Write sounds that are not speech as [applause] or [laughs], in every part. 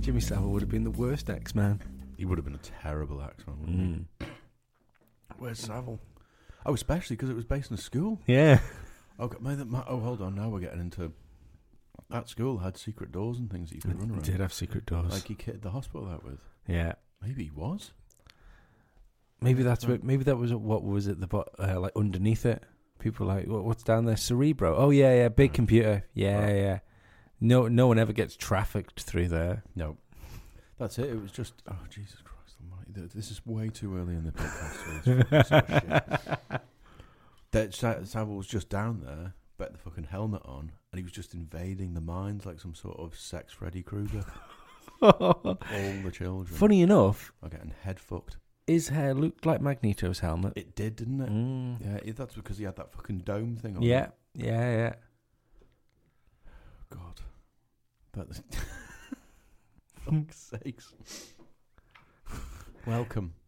Jimmy Savile would have been the worst X Man. He would have been a terrible axeman, wouldn't he? Where's Savile? Oh, especially because it was based in a school. Yeah. Oh, God, man, that, ma- oh, hold on. Now we're getting into. That school had secret doors and things that you could run around. Did have secret doors. Like he kitted the hospital out with. yeah. Maybe he was. Maybe that's what, maybe that was what was at the bot, uh, like underneath it. People were like, what, what's down there? Cerebro. Oh yeah, yeah, big computer. Yeah, Right. yeah. No, no one ever gets trafficked through there. No. That's it. It was just. Oh, Jesus Christ almighty. Th- This is way too early in the podcast. for this fucking sort of shit. That Sa- Savile was just down there, bet the fucking helmet on, and he was just invading the mines like some sort of sex Freddy Krueger. All the children [laughs] Funny enough, are getting head fucked. his hair looked like Magneto's helmet. It did, didn't it? Mm. Yeah, it- that's because he had that fucking dome thing on. Yeah, Mm. yeah, yeah. God. But fuck's [laughs] sakes. Welcome. [laughs]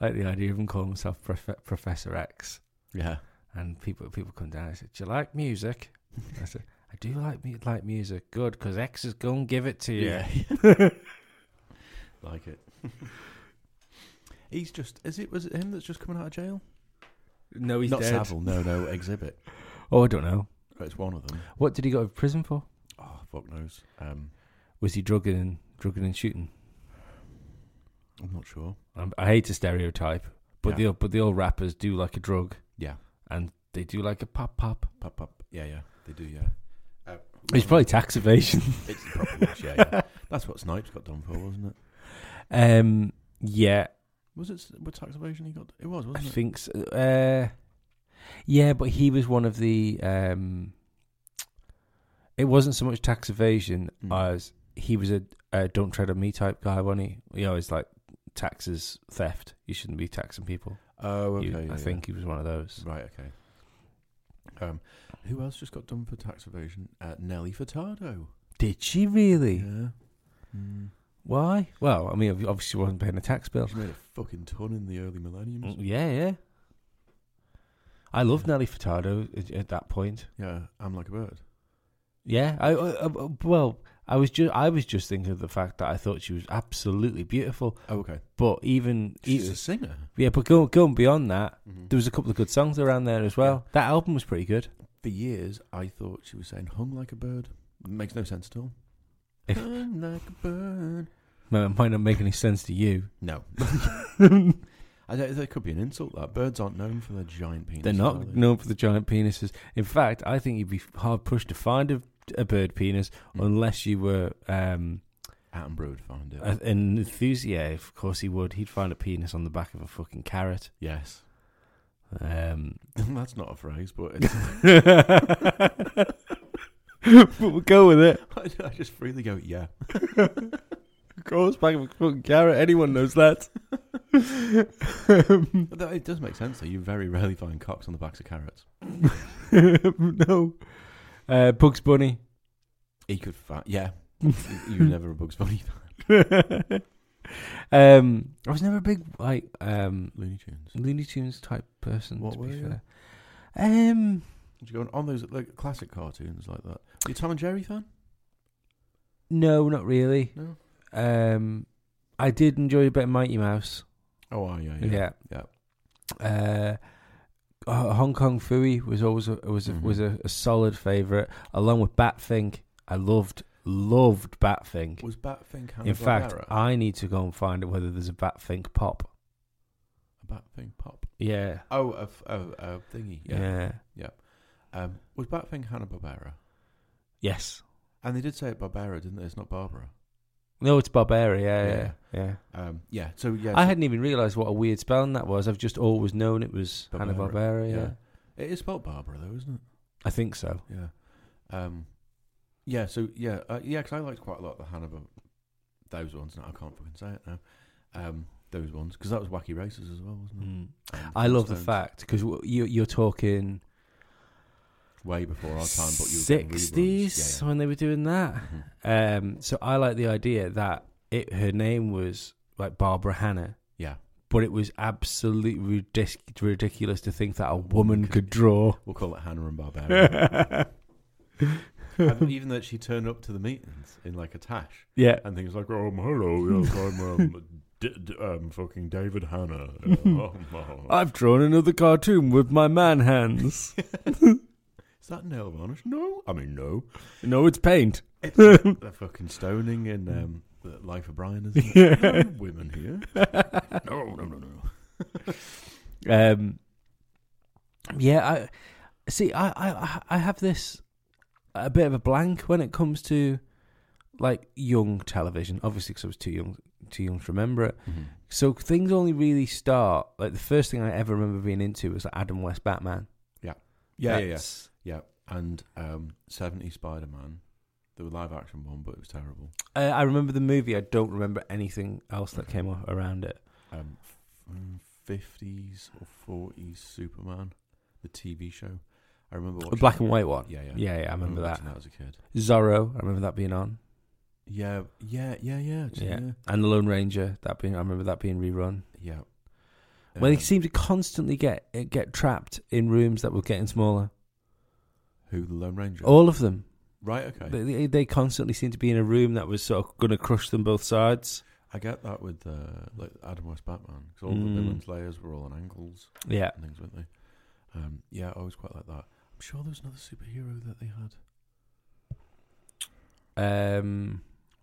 Like the idea of him calling himself Prof- Professor X, Yeah. and people people come down and say, "Do you like music?" I [laughs] said, "I do like me like music. Good, because X is gonna give it to you." [laughs] like it. [laughs] He's just is it was it him that's just coming out of jail? No, he's Not dead. Savile, [laughs] no, no, exhibit. Oh, I don't know. But it's one of them. What did he go to prison for? Oh fuck knows. Um Was he drugging and drugging and shooting? I'm not sure. Um, I hate to stereotype, but Yeah. the but the old rappers do like a drug. Yeah. and they do like a pop pop. Pop pop. Yeah, yeah. They do, yeah. Uh, It's probably tax evasion. it's probably is, yeah, yeah. That's what Snipes got done for, wasn't it? [laughs] um, yeah, Was it s- what tax evasion he got? It was, I wasn't it? think so. Uh, yeah, but he was one of the. Um, it wasn't so much tax evasion Mm. as he was a, a don't tread on me type guy, wasn't he? You know, it's like taxes theft. You shouldn't be taxing people. Oh, okay. You- yeah, I yeah. think he was one of those. Right, okay. Um, who else just got done for tax evasion? Uh, Nelly Furtado. Did she really? Yeah. Mm. Why? Well, I mean, ob- obviously, she wasn't paying the tax bill. She made a fucking ton in the early millenniums. Mm, Yeah, yeah. I loved Yeah. Nelly Furtado at, at that point. Yeah, I'm like a bird. Yeah, I, I, I well, I was just I was just thinking of the fact that I thought she was absolutely beautiful, Oh, okay. but even, She's even a singer. yeah, but going, going beyond that, Mhm. there was a couple of good songs around there as well. That album was pretty good. For years, I thought she was saying "hung like a bird." Makes no sense at all. If- hung like a bird. No, it might not make any sense to you. [laughs] No. I don't, that could be an insult. That birds aren't known for their giant penis. They're are not they? known for the giant penises. In fact, I think you'd be hard pushed to find a, a bird penis Mm. unless you were um, Attenborough would find it. a- an enthusiast. Of course, he would. He'd find a penis on the back of a fucking carrot. yes. Um, [laughs] That's not a phrase, but [laughs] it's, [laughs] but we'll go with [laughs] it. I, I just freely go, yeah. Of course, back of a fucking carrot. Anyone knows that. Um, But that- It does make sense, though. You very rarely find cocks on the backs of carrots. [laughs] no. Uh, Bugs Bunny. [laughs] He could find, yeah. [laughs] you were never a Bugs Bunny [laughs] fan. um, I was never a big like um, Looney Tunes. Looney Tunes type person. What to were be you? fair. Um, Did you go on, on those like, classic cartoons like that? Are you a Tom and Jerry fan? no, not really. No. Um, I did enjoy a bit of Mighty Mouse. Oh, ah, yeah, yeah. Yeah. Uh, Ho- Hong Kong Fooey was always a, was a, Mhm. was a, a solid favorite, along with Batfink. I loved Loved Batfink. Was Batfink Hanna In fact, Barbera? I need to go and find out whether there's a Batfink pop. a Batfink pop. Yeah. Oh, a, f- oh, a thingy. Yeah. Yeah. Um, was Batfink Hanna Barbera? Yes. And they did say it Barbera, didn't they? It's not Barbara. No, it's Barbera. Yeah, yeah, Yeah. yeah. Um, yeah. So yeah, I so hadn't even realised what a weird spelling that was. I've just always known it was Barbera, Hanna Barbera. Yeah. yeah. it is spelled Barbara though, isn't I think so. it? Yeah. Um, yeah. So yeah, uh, yeah. Because I liked quite a lot the Hanna Bar- those ones. No, I can't fucking say it now. Um, those ones because that was Wacky Races as well, wasn't it? And Mm. I love the Flintstones. fact because you, you're talking way before our time, but you were getting sixties reruns. when they were doing that. Yeah, yeah. Mhm. Um, so I like the idea that it her name was like Barbara Hannah, yeah. but it was absolutely ridic- ridiculous to think that a woman could draw. We'll call it Hannah and Barbera. [laughs] yeah, And even that she turned up to the meetings in like a tash and things like, um, hello, yes, I'm um, [laughs] D- D- um, fucking David Hannah. [laughs] Uh, um, uh, I've drawn another cartoon with my man hands. Is that nail varnish? No, I mean no. no, it's paint. [laughs] It's like the fucking stoning in um, the Life of Brian, isn't it? No women here. No, no, no, no. Um, yeah, I see. I, I I have this a bit of a blank when it comes to like young television. Obviously, because I was too young, too young to remember it. Mm-hmm. So things only really start like the first thing I ever remember being into was like Adam West Batman. Yeah, yeah, yeah, That's- yeah. And um, seventy Spider Man, the live action one, but it was terrible. Uh, I remember the movie. I don't remember anything else that came up around it. um, fifties or forties Superman, the TV show. I remember The watching black and white one. Yeah, yeah, Mm, Yeah, yeah, I remember that. watching as a kid. Zorro. I remember that being on. Yeah, yeah, yeah, yeah, actually, Yeah. yeah, And the Lone Ranger. That being I remember that being rerun. yeah. Well, they Um, seem to constantly get uh, get trapped in rooms that were getting smaller. who the Lone Ranger? All of them. right, okay. They, they, they constantly seem to be in a room that was sort of going to crush them both sides. I get that with uh, like Adam West Batman because all Mm. the villains' layers were all on angles Yeah. and things, weren't they? Um, yeah, I always quite like that. I'm sure there was another superhero that they had. Um.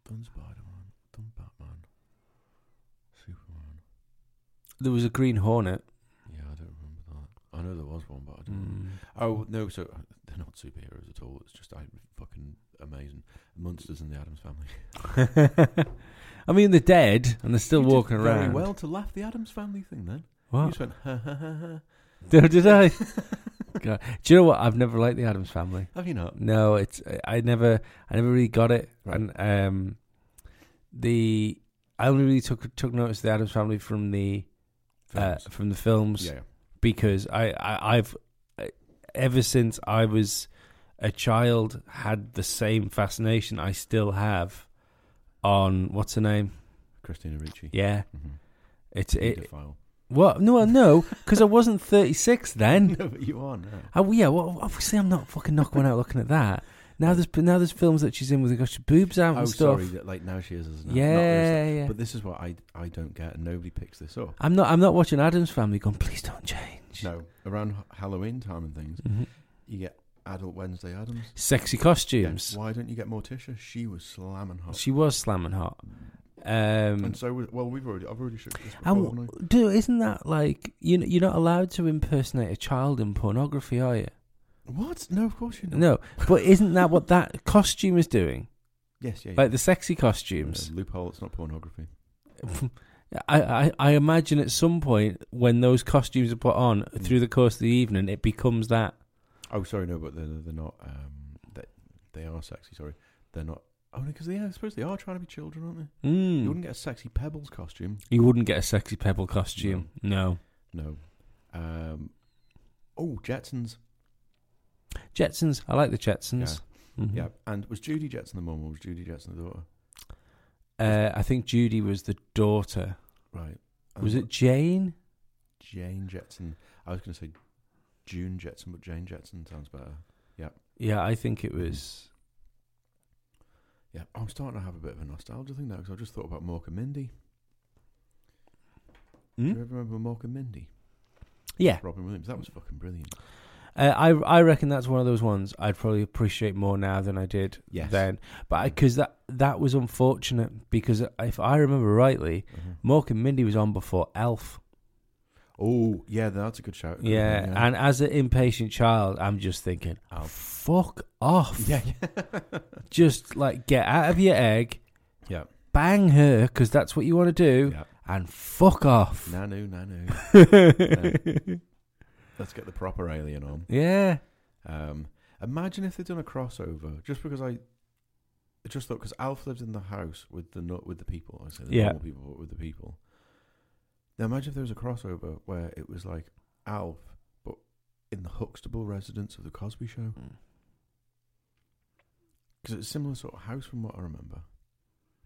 Done Spider-Man, done Batman, Superman. There was a Green Hornet. Yeah, I don't remember that. I know there was one, but I don't. remember. Mm. Oh no, so [laughs] uh, they're not superheroes at all. It's just I fucking amazing monsters in the Adams family. [laughs] I mean, they're dead and they're [laughs] still You did walking very around. Ah. well to laugh the Adams family thing. Then you What? just went ha ha ha ha. No, [laughs] Did [laughs] I? God. Do you know what? I've never liked the Adams Family. Have you not? No, it's eh, I never I never really got it, Right. and um, the I only really took took notice of the Adams Family from the uh, Films. from the films yeah, yeah. because I, I I've I- ever since I was a child had the same fascination I still have on what's her name? Christina Ricci. Yeah, Mm-hmm. it's it. Pedophile. [laughs] What? No, no, because I wasn't thirty six then. no, but you are now. Oh yeah, well obviously I'm not fucking knocking out looking at that. Now there's now there's films that she's in with her got her boobs out Oh, and stuff. sorry. that, Like now she is as an yeah, Not as, yeah. But this is what I I don't get, and nobody picks this up. I'm not I'm not watching Adam's Family. Going, please don't change. No, around H- Halloween time and things, Mhm. you get Adult Wednesday Adams. Sexy Yeah, costumes. Why don't you get Morticia? She was slamming hot. She was slamming hot. Um, and so, was- well, we've already, I've already shook this before. and haven't I? w- do isn't that like you? kn- You're not allowed to impersonate a child in pornography, are you? What? No, of course you're not. No, but isn't that what [laughs] that costume is doing? Yes, yeah. Like the sexy yeah. costumes. Uh, loophole. It's not pornography. Um, [laughs] I, I, I imagine at some point when those costumes are put on Mm. through the course of the evening, it becomes that. Oh, sorry, no, but they're they're not. Um, they they are sexy. Sorry, they're not. Oh, because they are, I suppose they are trying to be children, aren't they? Mm. You wouldn't get a sexy pebbles costume. get a sexy pebble costume. No. No. Um. Oh, Jetsons. Jetsons. I like the Jetsons. Mhm. Yeah. And was Judy Jetson the mum or was Judy Jetson the daughter? Uh, I think Judy was the daughter. Right. And Was it Jane? Jane Jetson? I was going to say June Jetson, but Jane Jetson sounds better. Yeah, I think it was. Yeah. Oh, I'm starting to have a bit of a nostalgia thing now because I just thought about Mork and Mindy. Hmm? Do you ever remember Mork and Mindy? Yeah. Robin Williams. That was fucking brilliant. Uh, I I reckon that's one of those ones I'd probably appreciate more now than I did Yes. Mm. then. But because that that was unfortunate because if I remember rightly, Uh-huh. Mork and Mindy was on before Elf. Oh, yeah, that's a good shout. Yeah, and as an impatient child, I'm just thinking, Elf. fuck off. [laughs] Oh. yeah, [laughs] yeah. Just like get out of your egg, yeah. bang her because that's what you want to do, Yeah. and fuck off. [laughs] Nanu, Nanu. Let's get the proper alien on. yeah. Um, imagine if they'd done a crossover, just because I, I just thought because Alf lives in the house with the nut with the people. I said the Yeah. normal people, but with the people. Now imagine if there was a crossover where it was like Alf, but in the Huxtable residence of the Cosby Show, because it's a similar sort of house from what I remember.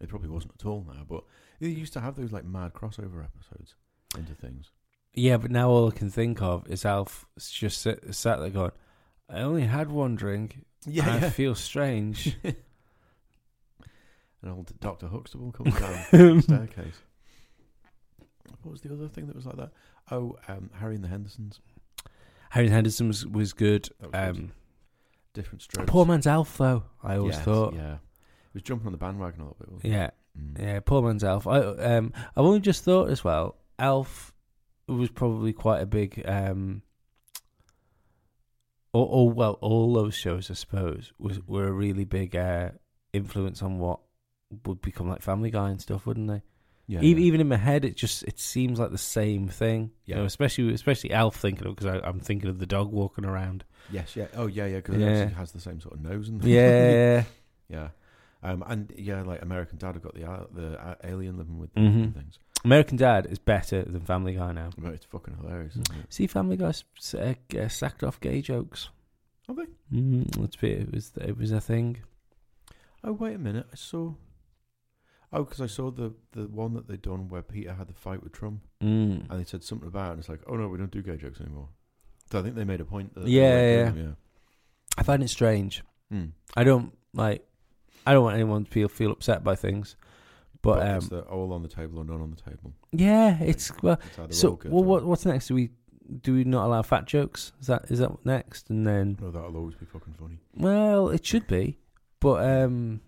It probably wasn't at all now, but they used to have those like mad crossover episodes into things. Yeah, but now all I can think of is Alf just sit, sat there going, I only had one [laughs] drink. I feel [laughs] [laughs] strange. And old Dr. [laughs] Huxtable comes down the staircase. What was the other thing that was like that? Oh, um, Harry and the Hendersons. Harry Henderson was, was good. That was good. Um, Different strokes. poor man's Alf, though, I always Yes, thought. Yeah. He was jumping on the bandwagon a little bit, wasn't Yeah, he? Mm. yeah, poor man's Alf. I, um, I've only just thought as well, Alf was probably quite a big. Um, or, or well, all those shows, I suppose, was were a really big uh, influence on what would become like Family Guy and stuff, wouldn't they? Mm. Yeah. even, yeah. even in my head, it just it seems like the same thing. Yeah. You know, especially especially Alf thinking of because I'm thinking of the dog walking [laughs] around. [laughs] Yes, yeah. Oh, yeah, yeah, because Yeah. he has the same sort of nose and [laughs] yeah. Um, and yeah, like American Dad have got the al- the uh, alien living with them and Mhm. things. American Dad is better than Family Guy now. But it's fucking hilarious, isn't it? See, Family Guy s- uh, uh, sacked off gay jokes. Have they? Mm, it's be- it was it was a thing. Oh, wait a minute. I saw. Oh, because I saw the, the one that they'd done where Peter had the fight with Trump. Mm. and they said something about it, and it's like, oh no, we don't do gay jokes anymore. So I think they made a point. That Yeah, they yeah, weren't doing them, I find it strange. yeah. Mm. I don't like. I don't want anyone to feel feel upset by things, But, but, it's um, the all on the table or none on the table. yeah, it's well. It's either all So, good. well, or- what what's next? Do we do we not allow fat jokes? Is that is that next? And then No, that'll always be fucking funny. Well, it should be, but um,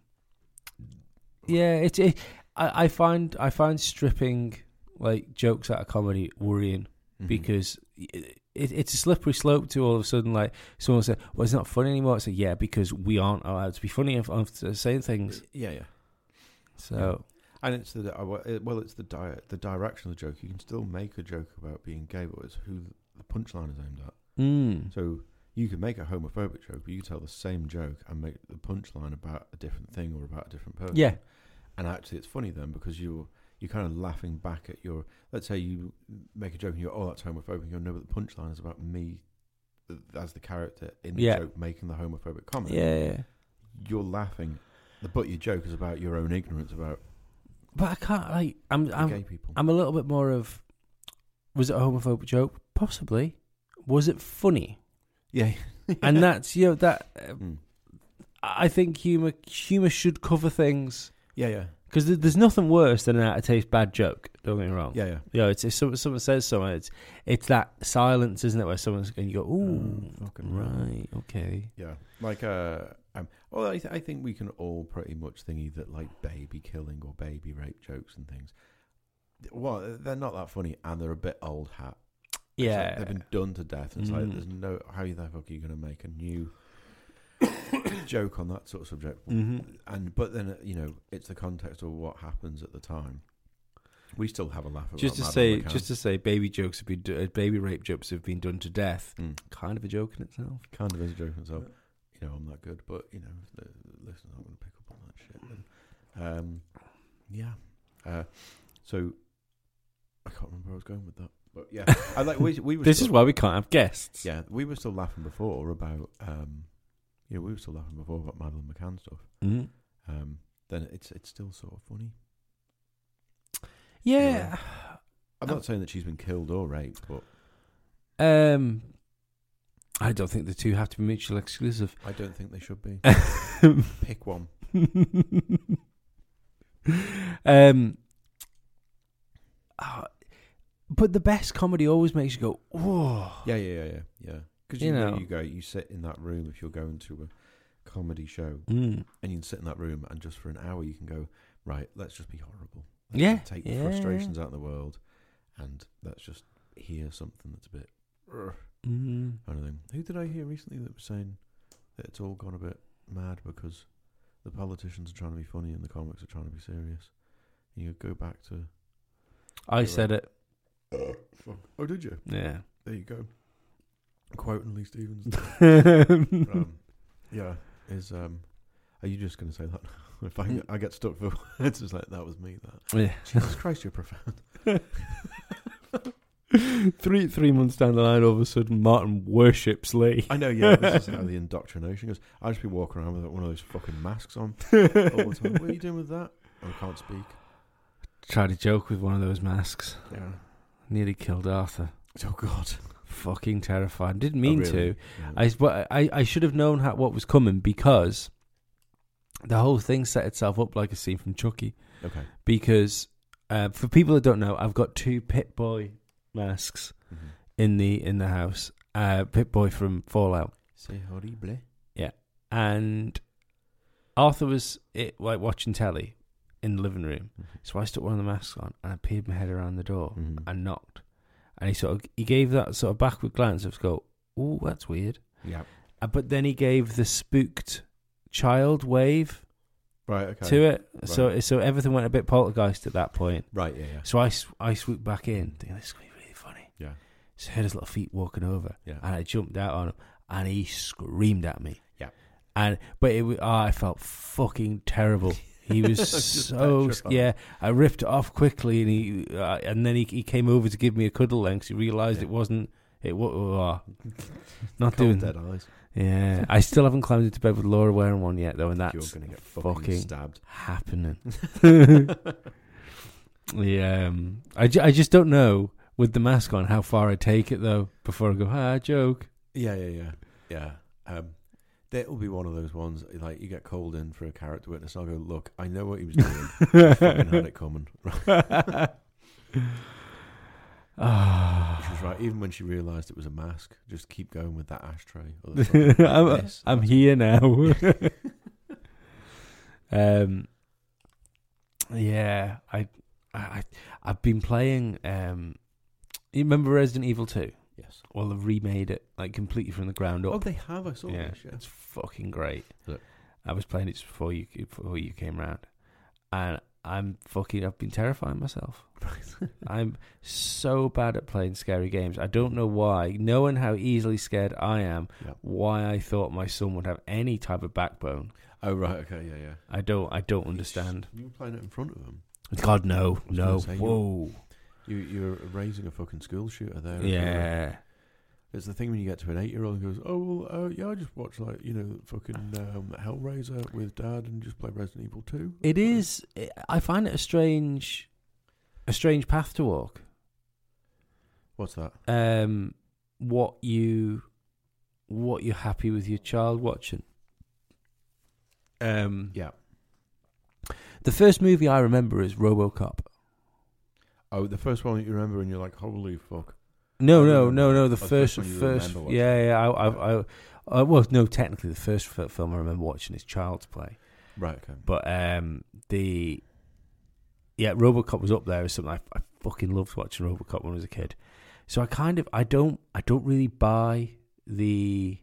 yeah, it. it I, I find I find stripping like jokes out of comedy worrying Mhm. because it, it, it's a slippery slope to all of a sudden like someone said, "Well, it's not funny anymore." It's like, yeah, because we aren't allowed to be funny if I'm saying things. yeah, yeah, So and it's the I wa- it- well, it's the di- the direction of the joke. You can still make a joke about being gay, but it's who the punchline is aimed at. mm, So you can make a homophobic joke, but you can tell the same joke and make the punchline about a different thing or about a different person. yeah, and actually it's funny then because you're you're kind of laughing back at your let's say you make a joke and you're oh that's homophobic and you know but the punchline is about me th- as the character in the Yeah. joke making the homophobic comment yeah. you're laughing but your joke is about your own ignorance about But I can't like I'm the I'm gay people I'm a little bit more of was it a homophobic joke? Possibly. Was it funny? yeah [laughs] And that's you know that uh, Mm. I think humor humor should cover things yeah yeah because th- there's nothing worse than an out of taste bad joke. Don't get me wrong. yeah yeah You know, it's if someone, someone says something, it's it's that silence, isn't it? Where someone's and you go, ooh, Oh, fucking hell. right, okay, yeah like uh um, well I, th- I think we can all pretty much thingy that like baby killing or baby rape jokes and things well they're not that funny and they're a bit old hat It's like yeah, they've been done to death. And it's like, Mm. there's no how the fuck are you going to make a [coughs] new joke on that sort of subject? Mhm. And but then uh, you know, it's the context of what happens at the time. We still have a laugh about Just to Madame say, McCann. just to say, baby jokes have been do- uh, baby rape jokes have been done to death. Mm. Kind of a joke in itself. kind of is a joke in itself. You know, I'm not good, but you know, if the the listeners aren't going to pick up on that shit. Then, um, yeah. Uh, so I can't remember where I was going with that, but yeah, I like we we were This still- is why we can't have guests. Yeah, we were still laughing before about um, yeah, we were still laughing before about Madeline McCann stuff. Mhm. Um, then it's it's still sort of funny. yeah. I'm Um, not saying that she's been killed or raped, but Um, I don't think the two have to be mutually exclusive. I don't think they should [laughs] be. um, Pick one. [laughs] Um, ah, but the best comedy always makes you go, "Whoa!" Yeah, yeah, yeah, yeah, yeah. Because You you, know, know. you go, you sit in that room if you're going to a comedy show, Mm. and you can sit in that room, and just for an hour, you can go, right, let's just be horrible. Let's Yeah, just take the yeah, frustrations out of the world, and let's just hear something that's a bit. "Ugh," Mm. kind of thing. Who did I hear recently that was saying that it's all gone a bit mad because the politicians are trying to be funny and the comics are trying to be serious? And you go back to. I You're said it. Oh, did you? [laughs] Yeah. There you go. Quoting Lee Stevens. [laughs] um, yeah, is um, are you just going to say that? [laughs] if Mm. I, I get stuck for words, it's like that was me. That yeah. [laughs] Jesus Christ, you're profound. [laughs] three three months down the line, all of a sudden, Martin worships Lee. I know. Yeah, this [laughs] is how the indoctrination goes. I just be walking around with one of those fucking [laughs] masks on all the time. What are you doing with that? I can't speak. Tried to joke with one of those masks. Yeah. Nearly killed Arthur. [laughs] Oh God. [laughs] Fucking terrified. Didn't mean Oh, really? to. Yeah. I, but I, I should have known how, what was coming because the whole thing set itself up like a scene from Chucky. okay. Because uh, for people that don't know, I've got two Pit Boy masks Mhm. in the in the house. Uh, Pit Boy from Fallout C'est horrible. and Arthur was it, like watching telly in the living room. Mm-hmm. So I stuck one of the masks on and I peered my head around the door Mhm. and knocked. And he sort of he gave that sort of backward glance of go, "Ooh, that's weird." Yeah. Uh, But then he gave the spooked child wave Right. Okay. to it, so so everything went a bit poltergeist at that point. Right. Yeah. Yeah. So I sw- I swooped back in, thinking this is gonna be really funny. Yeah. So I heard his little feet walking over, Yeah. and I jumped out on him, and he screamed at me. Yeah. and but it wa- oh, I felt fucking terrible. [laughs] He was Just so petrified. yeah. I ripped it off quickly, and he uh, and then he, he came over to give me a cuddle, then 'cause he realised Yeah. it wasn't it. wa [laughs] oh, not Cold doing dead eyes. Yeah, I still haven't climbed into bed with Laura wearing one yet, though, and You're that's going to get fucking, fucking stabbed. [laughs] happening. yeah, um, I, ju- I just don't know with the mask on how far I take it though before I go ah [laughs] joke. Yeah, yeah, yeah, yeah. Um, that will be one of those ones like you get called in for a character witness. I'll go look. I know what he [laughs] was doing. I fucking had it coming. [laughs] Right. She was Ah, right. Even when she realised it was a mask, just keep going with that ashtray. Or the [laughs] fucking I'm, this. I'm here [laughs] now. um, yeah, I, I, I- I've been playing. Um, you remember Resident Evil Two? Yes. Well, they've remade it like completely from the ground up. Oh, they have. I saw yeah, this. Yeah. [laughs] it's fucking great. Look. I was playing it just before you before you came round, and I'm fucking. I've been terrifying myself. I'm so bad at playing scary games. I don't know why. Knowing how easily scared I am, Yeah. why I thought my son would have any type of backbone. Oh right. Okay. Yeah. Yeah. I don't. I don't understand. You were playing it in front of them. God no, was no. gonna say, you- Whoa. You you were raising a fucking school shooter there. Yeah. It's the thing when you get to an eight-year-old and goes, "Oh well, uh, yeah, I just watched like you know fucking um, Hellraiser with Dad and just play Resident Evil 2. It is. I find it a strange, a strange path to walk. What's that? um, what you what you're happy with your child watching. Um, Yeah. the first movie I remember is RoboCop. Oh, the first one that you remember, and you're like, "Holy fuck!" No, I no, remember no, no. The that. Oh, the first, first one you first, remember watching. yeah, yeah. I, I, I, I, well, no. Technically, the first fi- film I remember watching is Child's Play, Right. Okay. but um, the yeah, RoboCop was up there as something I, I fucking loved watching RoboCop when I was a kid. So I kind of, I don't, I don't really buy the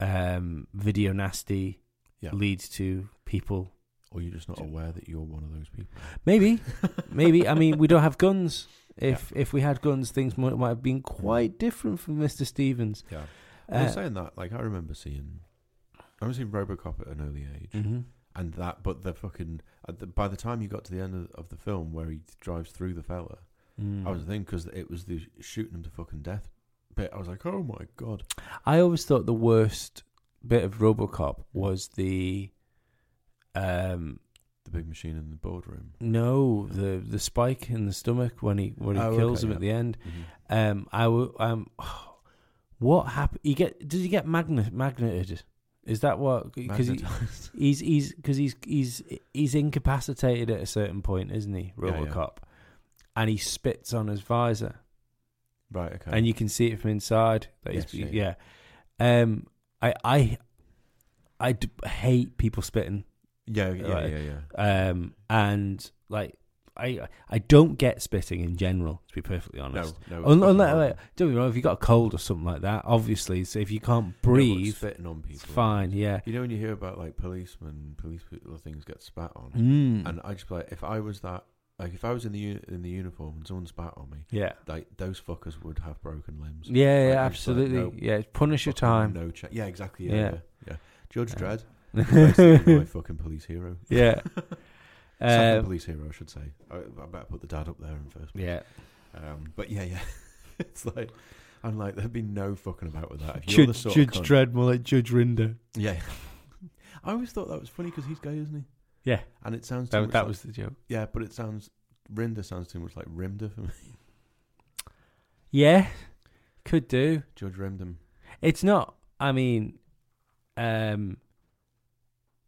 um, video nasty Yeah. leads to people. Or you're just not aware that you're one of those people. Maybe, maybe. I mean, we don't have guns. If if we had guns, things might, might have been quite different from Mister Stevens. Yeah. Uh, I'm saying that, like, I remember seeing, I remember seeing RoboCop at an early age, mhm. and that. But the fucking at the, by the time you got to the end of, of the film where he drives through the fella, Mm. I was thinking because it was the shooting him to fucking death bit. I was like, "Oh my god!" I always thought the worst bit of RoboCop was the um The big machine in the boardroom. no the the spike in the stomach when he when he Oh, kills okay, him yeah. at the end. [laughs] Um, I w- um, what happened? You get did he get magnet magneted? Is that what? Because he, Magnetized. [laughs] he's he's because he's he's he's incapacitated at a certain point, isn't he? Yeah, yeah. RoboCop, and he spits on his visor, Right. Okay. and you can see it from inside. That is, Yes, yeah. Um, I I I d- hate people spitting. yeah, yeah, Right. yeah, yeah. Um, and like I I don't get spitting in general. To be perfectly honest. No, no. Un- it's unless, fucking like, don't get me wrong, if you got a cold or something like that, obviously, so if you can't horrible. No, but breathe, spitting on people. it's fine. Yeah. You know when you hear about like policemen, police people, things get spat on, Mm. and I just be like, if I was that, like, if I was in the uni- in the uniform and someone spat on me, yeah. like those fuckers would have broken Yeah, limbs. Like, yeah, it's like, absolutely. no, yeah, punish your Fucking time. No [laughs] check. Yeah, exactly. Yeah, Yeah. yeah. yeah, Judge [laughs] Dredd, basically my yeah. fucking police hero. [laughs] Second Um, police hero, I should say. I, I better put the dad up there in first. yeah. Um, but yeah, [laughs] yeah, it's like I'm like there'd be no fucking about with that. If you're the Judge, sort Judge of cunt- Dredd, more like Judge Rinder. Yeah. [laughs] I always thought that was funny because he's gay, isn't he? Yeah. And it sounds too That, much that like- was the joke. yeah, but it sounds Rinder sounds too much like Rimder for me. [laughs] Yeah, could do. Judge Rimdom. It's not. I mean, um,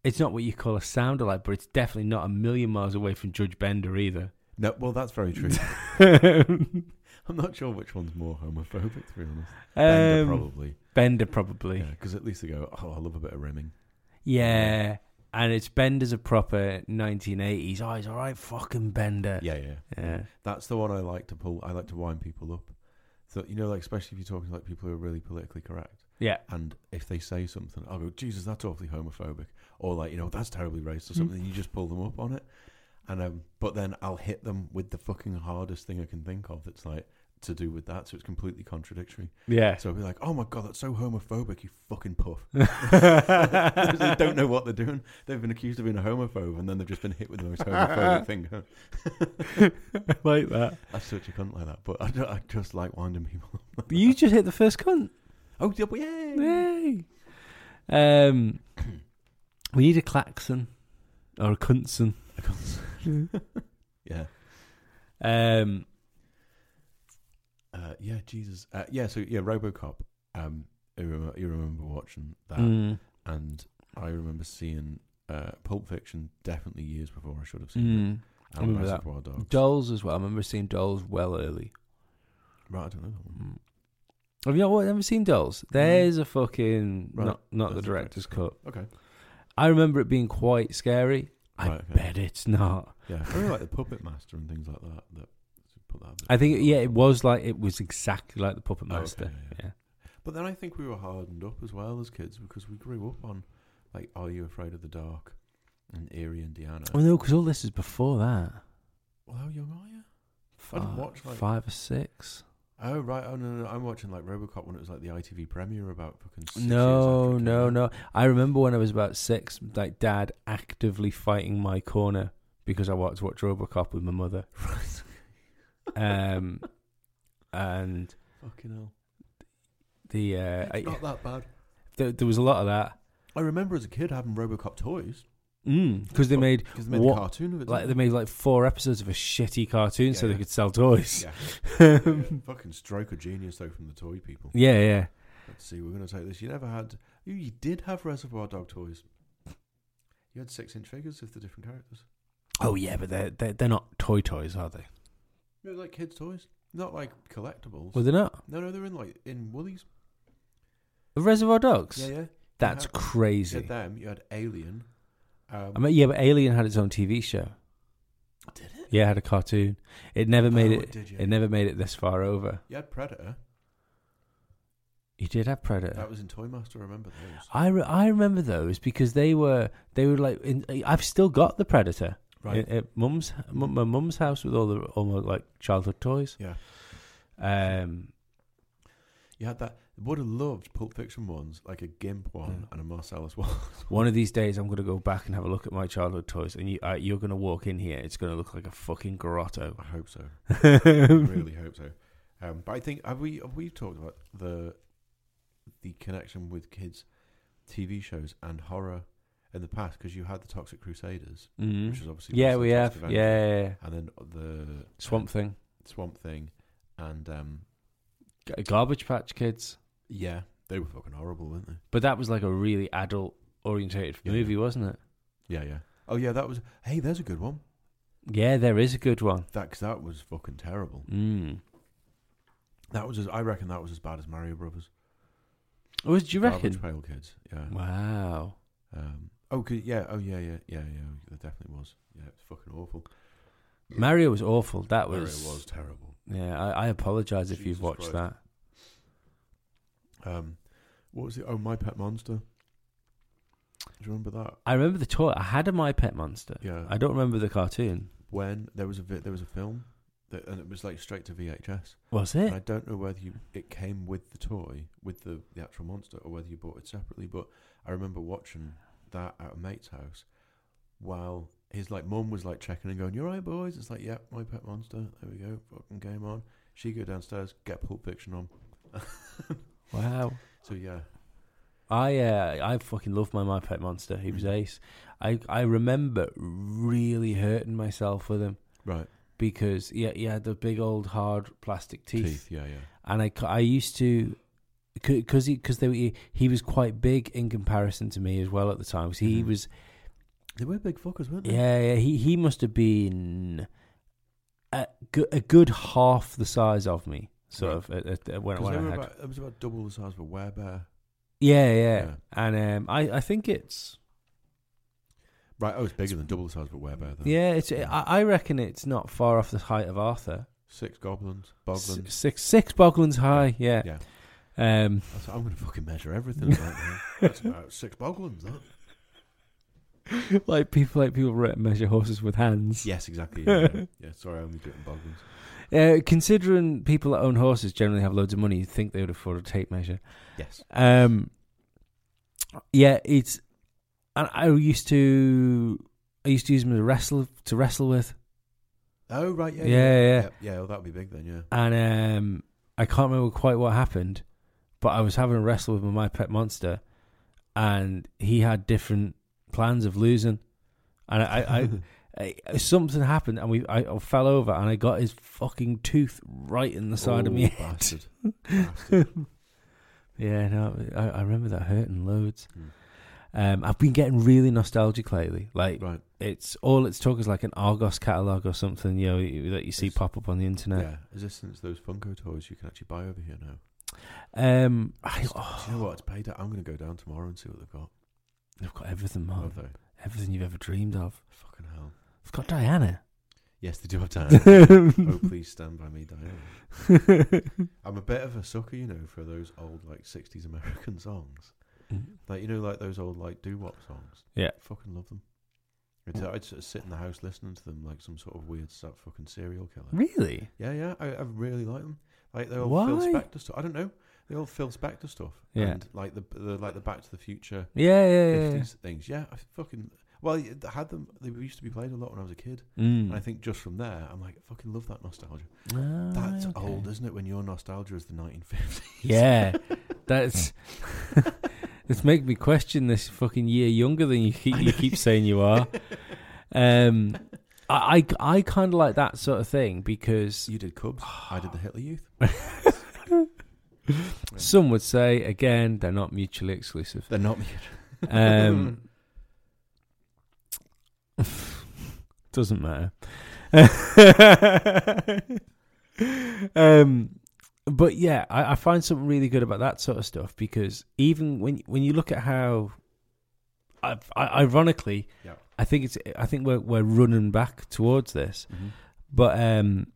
it's not what you call a sound alike, but it's definitely not a million miles away from Judge Bender [laughs] either. No, well that's very true. um, I'm not sure which one's more homophobic to be honest. Bender Um, Bender, probably. probably. Yeah, Yeah. because at least they go, oh, I love a bit of rimming. and it's Bender's a proper 1980s. Oh, he's all right, fucking Bender. Yeah, yeah. yeah. That's the one I like to pull. I like to wind people up. So you know, like especially if you're talking to like people who are really politically correct. Yeah. And if they say something, I'll go, Jesus, that's awfully homophobic, or like you know, that's terribly racist or something. you just pull them up on it, and um, but then I'll hit them with the fucking hardest thing I can think of. That's like to do with that, so it's completely contradictory. Yeah. [laughs] So I'll be like, oh my god, that's so homophobic, you fucking puff. [laughs] they they don't know what they're doing. They've been accused of being a homophobe, and then they've just been hit with the most homophobic thing. [laughs] like that. I'm such a cunt like that, but [laughs] I, don't- I just like winding people. up. You just hit the first cunt. Oh, yeah, but yeah. Yay. Um, [clears throat] we need a klaxon or a cuntson. I [laughs] can't- [laughs] yeah, Um, uh, yeah, Jesus, uh, yeah. So yeah, RoboCop. Um, you remember, you remember watching that, mm, and I remember seeing uh, Pulp Fiction definitely years before I should have seen mm. it. I remember that. Reservoir Dogs. mm. Dolls as well. I remember seeing dolls well early. right, I don't know. That Mm. one. Have you not ever seen Dolls? There's a fucking Mm. Right. not not the That's the director's cut. Okay, I remember it being quite scary. I Right, okay. bet it's not. yeah, I really like the Puppet Master and things like that. That put that. a bit- I think yeah, it was like it was exactly like the Puppet Oh, okay, Master. yeah, But then I think we were hardened up as well as kids because we grew up on like Are You Afraid of the Dark and Eerie Indiana. Oh no, because all this is before that. Well, how young are you? I Five, didn't watch, like- five or six. Oh right, oh no, no, no, I'm watching like RoboCop when it was like the ITV premiere about fucking. Six No, years after it came no, out. no. I remember when I was about six, like dad actively fighting my corner because I wanted to watch Robocop with my [laughs] mother. Right. Um, and Fucking hell, the uh, I, it's not that bad. there, there was a lot of that. I remember as a kid having RoboCop toys Because Mm, they But- made because they made What- a cartoon of it. like they didn't made like four episodes of a shitty cartoon so Yeah, they yeah. could sell toys. Yeah. [laughs] Yeah, Yeah, fucking stroke of genius though from the toy people. yeah. Let's see, we're going to take this. You never had. You, you did have Reservoir Dog toys. You had six-inch figures of the different characters. Oh yeah, but they're, they're they're not toy toys, are they? No, like kids' toys, not like collectibles. Were they not? no, no, they're in like in Woolies. The Reservoir Dogs. Yeah, yeah. That's Yeah. You crazy. had them. You had Alien. Um, I mean, yeah, but Alien had its own TV show. did it? Yeah, it had a cartoon. It never made Oh, it. did you? It never made it this far over. You had Predator. He did have Predator. That was in Toy Master. I remember those. I, re- I remember those because they were they were like in, I've still got the Predator Right. at, at mum's mum, my mum's house with all the all my like childhood toys. Yeah. Um. You had that. Would have loved Pulp Fiction ones, like a Gimp one Yeah. and a Marcellus [laughs] one. One of these days, I'm gonna go back and have a look at my childhood toys, and you uh, you're gonna walk in here. It's gonna look like a fucking grotto. Mm-hmm. [laughs] I hope so. [laughs] I really? really hope so. Um, but I think have we have we talked about the the connection with kids, TV shows and horror in the past because you had the Toxic Crusaders, which was obviously Mm-hmm. Yeah, based on we have. Toxic Yeah, Avenger. yeah, yeah. and then the Swamp Thing, Swamp Thing, and um, G- Garbage Patch Kids. yeah, they were fucking horrible, weren't they? But that was like a really adult orientated Yeah. movie, wasn't it? Yeah, yeah. Oh yeah, that was. Hey, there's a good one. Yeah, there is a good one. That cause that was fucking terrible. Mm. That was, as, I reckon, that was as bad as Mario Brothers. Or was do you Garbage reckon? Pail Kids. Yeah. Wow. Um, oh, 'cause- yeah. Oh, yeah, yeah, yeah, yeah. There definitely was. Yeah, it's fucking awful. Mario was awful. That was. Mario was terrible. Yeah, I, I apologize if Jesus you've watched Christ. Um, what was it? Oh, My Pet Monster. Do you remember that? that. I remember the toy. I had a My Pet Monster. Yeah. I don't remember the cartoon. when there was a vi- there was a film, that, and it was like straight to VHS. Was And it? I don't know whether you it came with the toy, with the the actual monster, or whether you bought it separately. But I remember watching that at a mate's house, while his like mum was like checking and going, "You're right, boys." It's like, "Yep, my pet monster. There we go, fucking game on." She go downstairs, get Pulp Fiction on. Wow. So yeah, I uh, I fucking loved my My Pet Monster. He was Mm. ace. I I remember really hurting myself with him right because he, he had the big old hard plastic teeth, teeth, yeah, yeah, and I, cu- I used to because he because they were, he was quite big in comparison to me as well at the time. 'Cause he Mhm. was they were big fuckers, weren't they? yeah, yeah he he must have been a, go- a good half the size of me sort Right. of at, at, at when, because when they I were had about it was about double the size of a werebear. yeah, yeah Yeah. and um I I think it's Right, oh, it's bigger than double the size of a werebear. Then. Yeah, it's. Yeah. I, I reckon it's not far off the height of Arthur. six goblins, S- boglins. Six six Boglands high. Yeah. Yeah. Um. That's- I'm going to fucking measure everything right [laughs] now. That's about six boglins, that. [laughs] like people like people re- measure horses with hands. Yes, exactly. Yeah, [laughs] yeah. Yeah, sorry, I only do it in boglins. Uh, considering people that own horses generally have loads of money, you'd think they would afford a tape measure. Yes. Um. Yeah, it's. And I used to. I used to use them to wrestle to wrestle with, Oh, right, yeah. Yeah, yeah. Yeah, yeah, well, that'd be big then, yeah. and um, I can't remember quite what happened, but I was having a wrestle with my pet monster, and he had different plans of losing, and [laughs] I, I, I, I something happened, and we, I, I fell over, and I got his fucking tooth right in the side of Oh, me. [laughs] Bastard. bastard. [laughs] Yeah, no, I, I remember that hurting loads. Hmm. Um, I've been getting really nostalgic lately. Like Right, it's all it's talk is like an Argos catalog or something, you know, you- that you see It's- pop up on the internet. yeah. Is this since those Funko toys you can actually buy over here now? Um, I, Do you know what? It's paid out. I'm going to go down tomorrow and see what they've got. I've got everything, Mark. Have they? Everything you've ever dreamed of. Fucking hell. I've got [laughs] Diana. Mm. Yes, they do have [laughs] Diana. oh, please stand by me, Diana. [laughs] I'm a bit of a sucker, you know, for those old, like, 60s American [laughs] songs. Like you know, like those old like doo wop songs. Yeah. fucking love them. It's, uh, I'd sort of sit in the house listening to them like some sort of weird sort of fucking serial killer. really? Yeah, yeah, I, I really like them. Like the old Why? Phil Spector stuff. I don't know. The old Phil Spector stuff. Yeah. And like the, the like the Back to the Future Yeah, yeah, yeah. fifties things. Yeah, I fucking well, y- I had them. They used to be played a lot when I was a kid. Mm. And I think just from there, I'm like, I fucking love that nostalgia. Ah, That's okay. old, isn't it? When your nostalgia is the 1950s. Yeah, that's. it's making me question this fucking year younger than you keep you keep saying you are. Um, I I, I kind of like that sort of thing because You did Cubs. I [sighs] did the Hitler Youth. some would say again they're not mutually exclusive. They're not. [laughs] Um, doesn't matter. [laughs] um, but yeah, I, I find something really good about that sort of stuff because even when when you look at how, I, I, ironically, Yeah. I think it's I think we're we're running back towards this, Mm-hmm. but um,